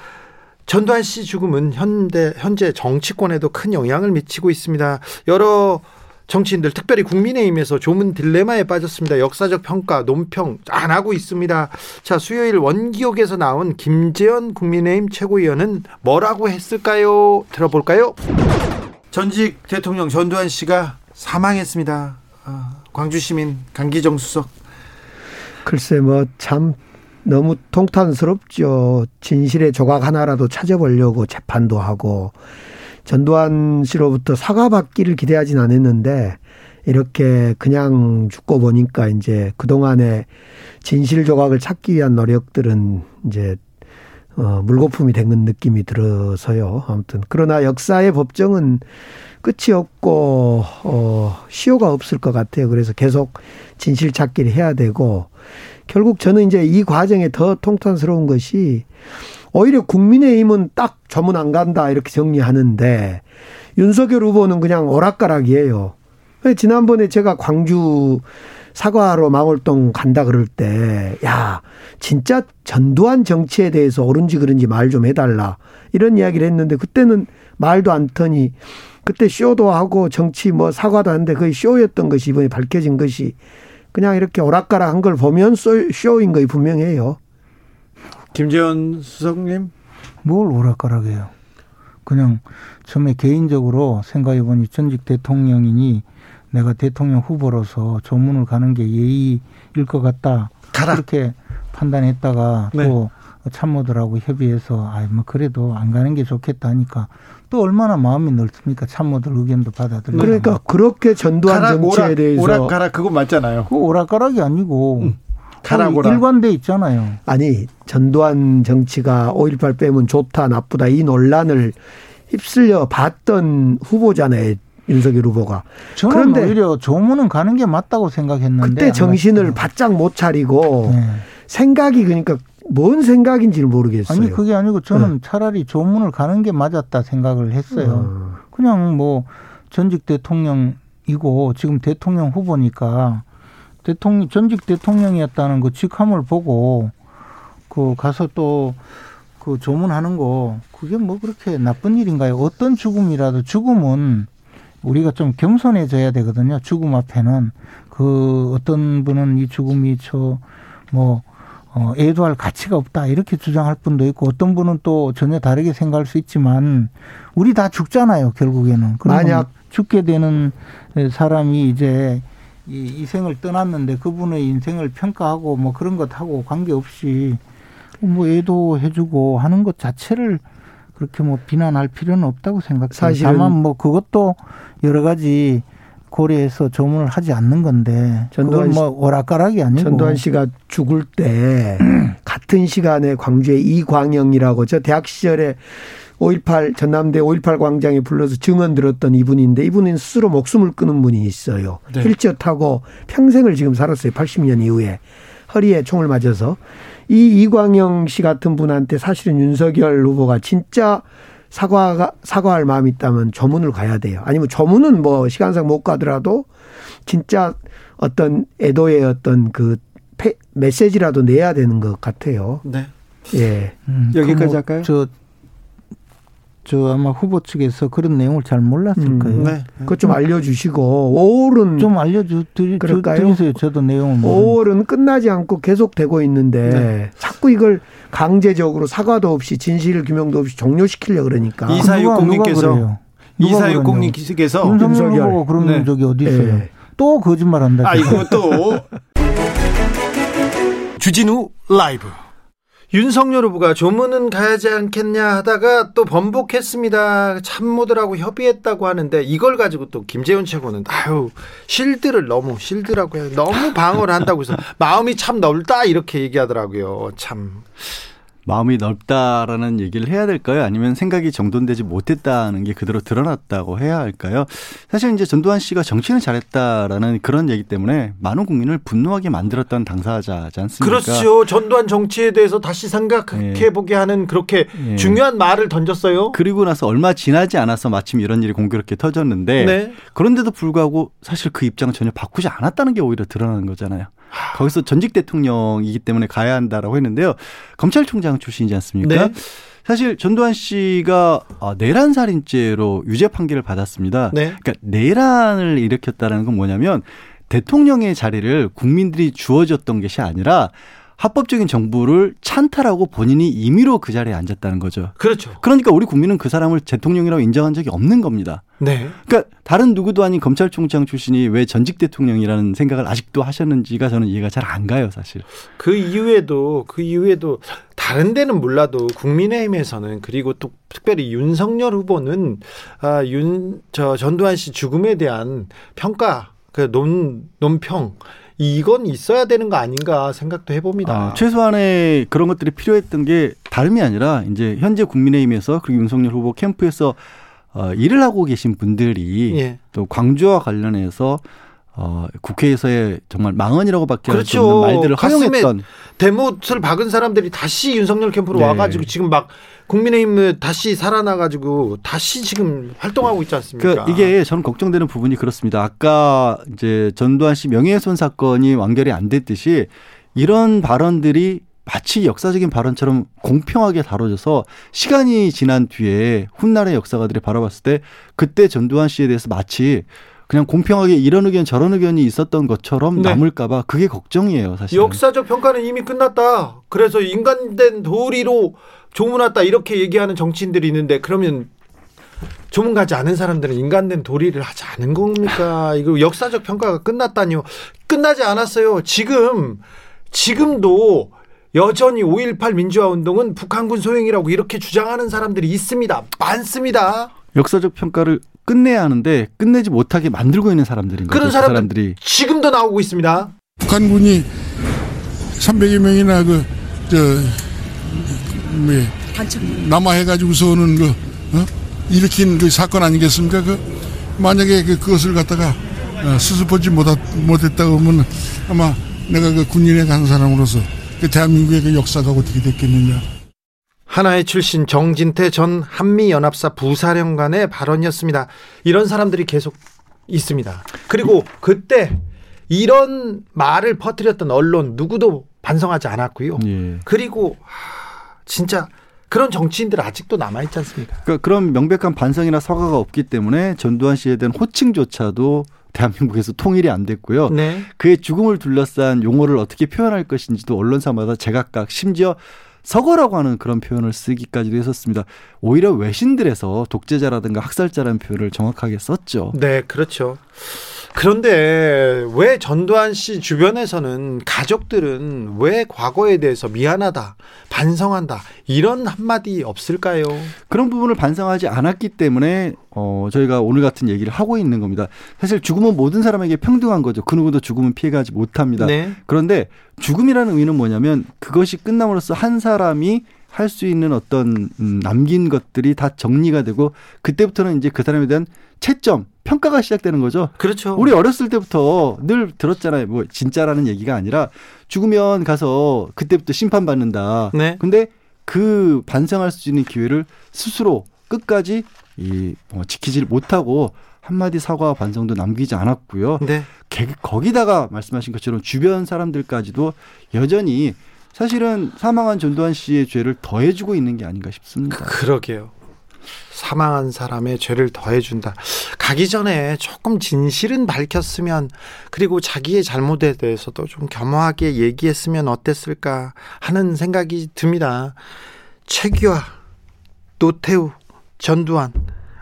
Speaker 1: 전두환 씨 죽음은 현대 현재 정치권에도 큰 영향을 미치고 있습니다. 여러 정치인들 특별히 국민의힘에서 조문 딜레마에 빠졌습니다. 역사적 평가 논평 안 하고 있습니다. 자 수요일 원기옥에서 나온 김재현 국민의힘 최고위원은 뭐라고 했을까요? 들어볼까요? 전직 대통령 전두환 씨가 사망했습니다. 아, 광주 시민 강기정 수석
Speaker 5: 글쎄 뭐 참 너무 통탄스럽죠. 진실의 조각 하나라도 찾아보려고 재판도 하고 전두환 씨로부터 사과받기를 기대하진 않았는데 이렇게 그냥 죽고 보니까 이제 그동안의 진실 조각을 찾기 위한 노력들은 이제 어, 물거품이 된 건 느낌이 들어서요. 아무튼 그러나 역사의 법정은 끝이 없고 어, 시효가 없을 것 같아요. 그래서 계속 진실 찾기를 해야 되고 결국 저는 이제 이 과정에 더 통탄스러운 것이 오히려 국민의힘은 딱 저문 안 간다 이렇게 정리하는데 윤석열 후보는 그냥 오락가락이에요. 지난번에 제가 광주 사과하러 망월동 간다 그럴 때, 야, 진짜 전두환 정치에 대해서 옳은지 그른지 말 좀 해달라. 이런 이야기를 했는데, 그때는 말도 안 터니, 그때 쇼도 하고 정치 뭐 사과도 하는데 그게 쇼였던 것이 이번에 밝혀진 것이 그냥 이렇게 오락가락 한 걸 보면 쇼- 쇼인 거이 분명해요.
Speaker 1: 김재현 수석님
Speaker 6: 뭘 오락가락해요. 그냥 처음에 개인적으로 생각해보니 전직 대통령이니 내가 대통령 후보로서 조문을 가는 게 예의일 것 같다.
Speaker 1: 가라.
Speaker 6: 그렇게 판단했다가
Speaker 1: 네.
Speaker 6: 또 참모들하고 협의해서 아이 뭐 그래도 안 가는 게 좋겠다 하니까 또 얼마나 마음이 넓습니까? 참모들 의견도 받아들이고.
Speaker 5: 그러니까 그렇게 전두환
Speaker 1: 가락
Speaker 5: 정치에
Speaker 1: 오락
Speaker 5: 대해서
Speaker 1: 오락 가락 그거 맞잖아요.
Speaker 6: 그 오락가락이 아니고
Speaker 5: 음.
Speaker 1: 가락오락.
Speaker 6: 일관돼 있잖아요.
Speaker 5: 아니 전두환 정치가 5.18 빼면 좋다 나쁘다 이 논란을 휩쓸려 봤던 후보잖아요 윤석열 후보가
Speaker 6: 저는
Speaker 5: 그런데
Speaker 6: 오히려 조문은 가는 게 맞다고 생각했는데
Speaker 5: 그때
Speaker 6: 안
Speaker 5: 정신을
Speaker 6: 갔어요.
Speaker 5: 바짝 못 차리고
Speaker 6: 네.
Speaker 5: 생각이 그러니까 뭔 생각인지를 모르겠어요. 네.
Speaker 6: 아니 그게 아니고 저는 차라리 조문을 가는 게 맞았다 생각을 했어요.
Speaker 5: 어.
Speaker 6: 그냥 뭐 전직 대통령이고 지금 대통령 후보니까 대통령 전직 대통령이었다는 그 직함을 보고 그 가서 또 그 조문하는 거 그게 뭐 그렇게 나쁜 일인가요? 어떤 죽음이라도 죽음은 우리가 좀 겸손해져야 되거든요. 죽음 앞에는 그 어떤 분은 이 죽음이 저뭐 어, 애도할 가치가 없다 이렇게 주장할 분도 있고 어떤 분은 또 전혀 다르게 생각할 수 있지만 우리 다 죽잖아요 결국에는 그러면
Speaker 5: 만약-
Speaker 6: 죽게 되는 사람이 이제 이, 이 생을 떠났는데 그분의 인생을 평가하고 뭐 그런 것하고 관계없이 뭐 애도해주고 하는 것 자체를 그렇게 뭐 비난할 필요는 없다고 생각해요.
Speaker 5: 사실은-
Speaker 6: 다만 뭐 그것도 여러 가지 고려해서 조문을 하지 않는 건데
Speaker 5: 전두환
Speaker 6: 그건 뭐 오락가락이 아니고
Speaker 5: 전두환 씨가 죽을 때 같은 시간에 광주의 이광영이라고 저 대학 시절에 5.18 전남대 5.18 광장에 불러서 증언 들었던 이분인데 이분은 스스로 목숨을 끊은 분이 있어요.
Speaker 1: 네.
Speaker 5: 휠체어 타고 평생을 지금 살았어요. 80년 이후에 허리에 총을 맞아서 이 이광영 씨 같은 분한테 사실은 윤석열 후보가 진짜 사과가 사과할 마음이 있다면 조문을 가야 돼요. 아니면 조문은 뭐 시간상 못 가더라도 진짜 어떤 애도의 어떤 그 페- 메시지라도 내야 되는 것 같아요.
Speaker 1: 네.
Speaker 5: 예.
Speaker 6: 음,
Speaker 3: 여기까지
Speaker 6: 그 뭐,
Speaker 3: 할까요?
Speaker 6: 저, 저 아마 후보 측에서 그런 내용을 잘 몰랐을
Speaker 5: 음,
Speaker 6: 거예요.
Speaker 1: 네.
Speaker 5: 그것 좀 알려주시고 5월은
Speaker 6: 좀 음. 알려드리세요.
Speaker 5: 그럴까요?
Speaker 6: 저도 내용을 모르는데.
Speaker 5: 5월은 끝나지 않고 계속되고 있는데
Speaker 1: 네.
Speaker 5: 자꾸 이걸 강제적으로 사과도 없이 진실 규명도 없이 종료시키려 그러니까
Speaker 1: 뭐 이- 이사육공님께서
Speaker 6: 누가 그래요? 누가 그러냐고.
Speaker 1: 이사육공님께서
Speaker 3: 어,
Speaker 6: 윤석열
Speaker 5: 윤석열.
Speaker 6: 후보가 그런
Speaker 1: 네.
Speaker 6: 적이 어디 있어요?
Speaker 5: 예.
Speaker 6: 또 거짓말한다.
Speaker 1: 아이고 또 주진우 라이브 윤석열 후보가 조문은 가야지 않겠냐 하다가 또 번복했습니다. 참모들하고 협의했다고 하는데 이걸 가지고 또 김재훈 최고는 아유 실드를 너무 실드라고 해요.
Speaker 3: 아.
Speaker 1: 너무 방어를 한다고 해서 마음이 참 넓다 이렇게 얘기하더라고요. 참
Speaker 3: 마음이 넓다라는 얘기를 해야 될까요? 아니면 생각이 정돈되지 못했다는 게 그대로 드러났다고 해야 할까요? 사실 이제 전두환 씨가 정치는 잘했다라는 그런 얘기 때문에 많은 국민을 분노하게 만들었던 당사자지 않습니까?
Speaker 1: 그렇죠. 전두환 정치에 대해서 다시 생각해 보게 하는 그렇게
Speaker 3: 예.
Speaker 1: 중요한 말을 던졌어요.
Speaker 3: 그리고 나서 얼마 지나지 않아서 마침 이런 일이 공교롭게 터졌는데
Speaker 1: 네.
Speaker 3: 그런데도 불구하고 사실 그 입장을 전혀 바꾸지 않았다는 게 오히려 드러나는 거잖아요. 거기서 전직 대통령이기 때문에 가야 한다라고 했는데요. 검찰총장 출신이지 않습니까?
Speaker 1: 네.
Speaker 3: 사실 전두환 씨가 아, 내란 살인죄로 유죄 판결을 받았습니다.
Speaker 1: 네.
Speaker 3: 그러니까 내란을 일으켰다는 건 뭐냐면 대통령의 자리를 국민들이 주어졌던 것이 아니라 합법적인 정부를 찬탈하고 본인이 임의로 그 자리에 앉았다는 거죠.
Speaker 1: 그렇죠.
Speaker 3: 그러니까 우리 국민은 그 사람을 대통령이라고 인정한 적이 없는 겁니다.
Speaker 1: 네.
Speaker 3: 그러니까 다른 누구도 아닌 검찰총장 출신이 왜 전직 대통령이라는 생각을 아직도 하셨는지가 저는 이해가 잘 안 가요, 사실.
Speaker 1: 그 이후에도 그 이후에도 다른 데는 몰라도 국민의힘에서는 그리고 또 특별히 윤석열 후보는 아, 윤 저 전두환 씨 죽음에 대한 평가 그 논 논평 이건 있어야 되는 거 아닌가 생각도 해봅니다.
Speaker 3: 아, 최소한의 그런 것들이 필요했던 게 다름이 아니라 이제 현재 국민의힘에서 그리고 윤석열 후보 캠프에서 어, 일을 하고 계신 분들이
Speaker 1: 예.
Speaker 3: 또 광주와 관련해서 어, 국회에서의 정말 망언이라고밖에 할 수
Speaker 1: 그렇죠.
Speaker 3: 없는 말들을
Speaker 1: 가슴에
Speaker 3: 허용했던
Speaker 1: 대못을 박은 사람들이 다시 윤석열 캠프로
Speaker 3: 네.
Speaker 1: 와가지고 지금 막 국민의힘에 다시 살아나가지고 다시 지금 활동하고 있지 않습니까?
Speaker 3: 그 이게 저는 걱정되는 부분이 그렇습니다. 아까 이제 전두환 씨 명예훼손 사건이 완결이 안 됐듯이 이런 발언들이 마치 역사적인 발언처럼 공평하게 다뤄져서 시간이 지난 뒤에 훗날의 역사가들이 바라봤을 때 그때 전두환 씨에 대해서 마치 그냥 공평하게 이런 의견 저런 의견이 있었던 것처럼
Speaker 1: 네.
Speaker 3: 남을까봐 그게 걱정이에요 사실.
Speaker 1: 역사적 평가는 이미 끝났다. 그래서 인간된 도리로 조문했다 이렇게 얘기하는 정치인들이 있는데 그러면 조문 가지 않은 사람들은 인간된 도리를 하지 않은 겁니까? 이거 역사적 평가가 끝났다니요. 끝나지 않았어요. 지금 지금도 여전히 5.18 민주화 운동은 북한군 소행이라고 이렇게 주장하는 사람들이 있습니다. 많습니다.
Speaker 3: 역사적 평가를 끝내야 하는데 끝내지 못하게 만들고 있는 사람들인
Speaker 1: 그러니까
Speaker 3: 거죠.
Speaker 1: 그런
Speaker 3: 그
Speaker 1: 사람들-
Speaker 3: 사람들이
Speaker 1: 지금도 나오고 있습니다.
Speaker 7: 북한군이 300여 명이나 그, 저, 뭐, 남아해가지고서는 그, 어? 일으킨 그 사건 아니겠습니까? 그, 만약에 그, 그것을 갖다가 어, 수습하지 못하, 못했다고 하면 아마 내가 그 군인에 간 사람으로서 그 대한민국의 그 역사가 어떻게 됐겠느냐.
Speaker 1: 하나의 출신 정진태 전 한미연합사 부사령관의 발언이었습니다. 이런 사람들이 계속 있습니다. 그리고 그때 이런 말을 퍼뜨렸던 언론 누구도 반성하지 않았고요.
Speaker 3: 예.
Speaker 1: 그리고 하, 진짜 그런 정치인들 아직도 남아 있지 않습니까?
Speaker 3: 그러니까 그런 명백한 반성이나 사과가 없기 때문에 전두환 씨에 대한 호칭조차도 대한민국에서 통일이 안 됐고요.
Speaker 1: 네.
Speaker 3: 그의 죽음을 둘러싼 용어를 어떻게 표현할 것인지도 언론사마다 제각각 심지어 서거라고 하는 그런 표현을 쓰기까지도 했었습니다. 오히려 외신들에서 독재자라든가 학살자라는 표현을 정확하게 썼죠.
Speaker 1: 네, 그렇죠. 그런데 왜 전두환 씨 주변에서는 가족들은 왜 과거에 대해서 미안하다, 반성한다 이런 한마디 없을까요?
Speaker 3: 그런 부분을 반성하지 않았기 때문에 어, 저희가 오늘 같은 얘기를 하고 있는 겁니다. 사실 죽음은 모든 사람에게 평등한 거죠. 그 누구도 죽음은 피해가지 못합니다.
Speaker 1: 네.
Speaker 3: 그런데 죽음이라는 의미는 뭐냐면 그것이 끝남으로써 한 사람이 할 수 있는 어떤 음, 남긴 것들이 다 정리가 되고 그때부터는 이제 그 사람에 대한 채점 평가가 시작되는 거죠.
Speaker 1: 그렇죠.
Speaker 3: 우리 어렸을 때부터 늘 들었잖아요. 뭐 진짜라는 얘기가 아니라 죽으면 가서 그때부터 심판받는다.
Speaker 1: 네.
Speaker 3: 근데 그 반성할 수 있는 기회를 스스로 끝까지 이 어, 지키지 못하고 한마디 사과와 반성도 남기지 않았고요.
Speaker 1: 네.
Speaker 3: 개- 거기다가 말씀하신 것처럼 주변 사람들까지도 여전히 사실은 사망한 전두환 씨의 죄를 더해주고 있는 게 아닌가 싶습니다.
Speaker 1: 그러게요. 사망한 사람의 죄를 더해준다. 가기 전에 조금 진실은 밝혔으면, 그리고 자기의 잘못에 대해서도 좀 겸허하게 얘기했으면 어땠을까 하는 생각이 듭니다. 최규하, 노태우, 전두환,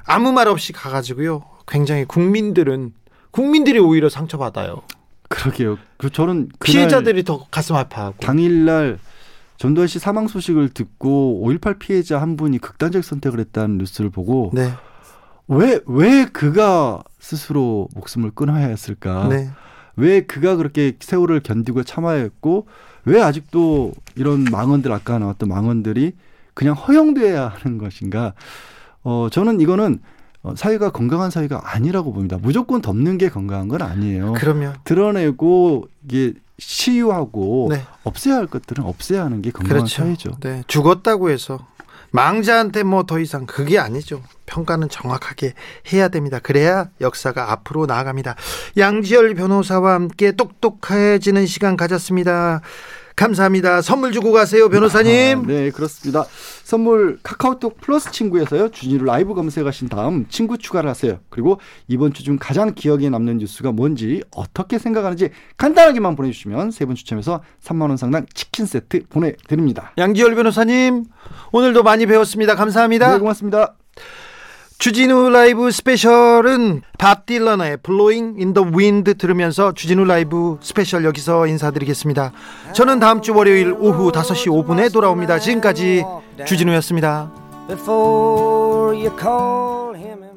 Speaker 1: 아무 말 없이 가가지고요. 굉장히 국민들은, 국민들이 오히려 상처받아요.
Speaker 3: 그러게요. 그 저는 그날
Speaker 1: 피해자들이 더 가슴 아파하고.
Speaker 3: 당일날 전두환 씨 사망 소식을 듣고 5.18 피해자 한 분이 극단적 선택을 했다는 뉴스를 보고
Speaker 1: 네.
Speaker 3: 왜 왜 그가 스스로 목숨을 끊어야 했을까?
Speaker 1: 네.
Speaker 3: 왜 그가 그렇게 세월을 견디고 참아야 했고 왜 아직도 이런 망언들 아까 나왔던 망언들이 그냥 허용돼야 하는 것인가? 어 저는 이거는 어, 사회가 건강한 사회가 아니라고 봅니다. 무조건 덮는 게 건강한 건 아니에요.
Speaker 1: 그러면
Speaker 3: 드러내고 이게 시유하고
Speaker 1: 네.
Speaker 3: 없애야 할 것들은 없애야 하는 게 건강한
Speaker 1: 그렇죠.
Speaker 3: 사회죠.
Speaker 1: 네. 죽었다고 해서 망자한테 뭐 더 이상 그게 아니죠. 평가는 정확하게 해야 됩니다. 그래야 역사가 앞으로 나아갑니다. 양지열 변호사와 함께 똑똑해지는 시간 가졌습니다. 감사합니다. 선물 주고 가세요, 변호사님.
Speaker 3: 아, 네, 그렇습니다. 선물 카카오톡 플러스 친구에서요. 준이를 라이브 검색하신 다음 친구 추가를 하세요. 그리고 이번 주 중 가장 기억에 남는 뉴스가 뭔지 어떻게 생각하는지 간단하게만 보내주시면 세 분 추첨해서 3만 원 상당 치킨 세트 보내드립니다.
Speaker 1: 양지열 변호사님, 오늘도 많이 배웠습니다. 감사합니다.
Speaker 3: 네, 고맙습니다.
Speaker 1: 주진우 라이브 스페셜은 밥 딜런의 Blowing in the Wind 들으면서 주진우 라이브 스페셜 여기서 인사드리겠습니다. 저는 다음 주 월요일 오후 5시 5분에 돌아옵니다. 지금까지 주진우였습니다.
Speaker 8: before you call him.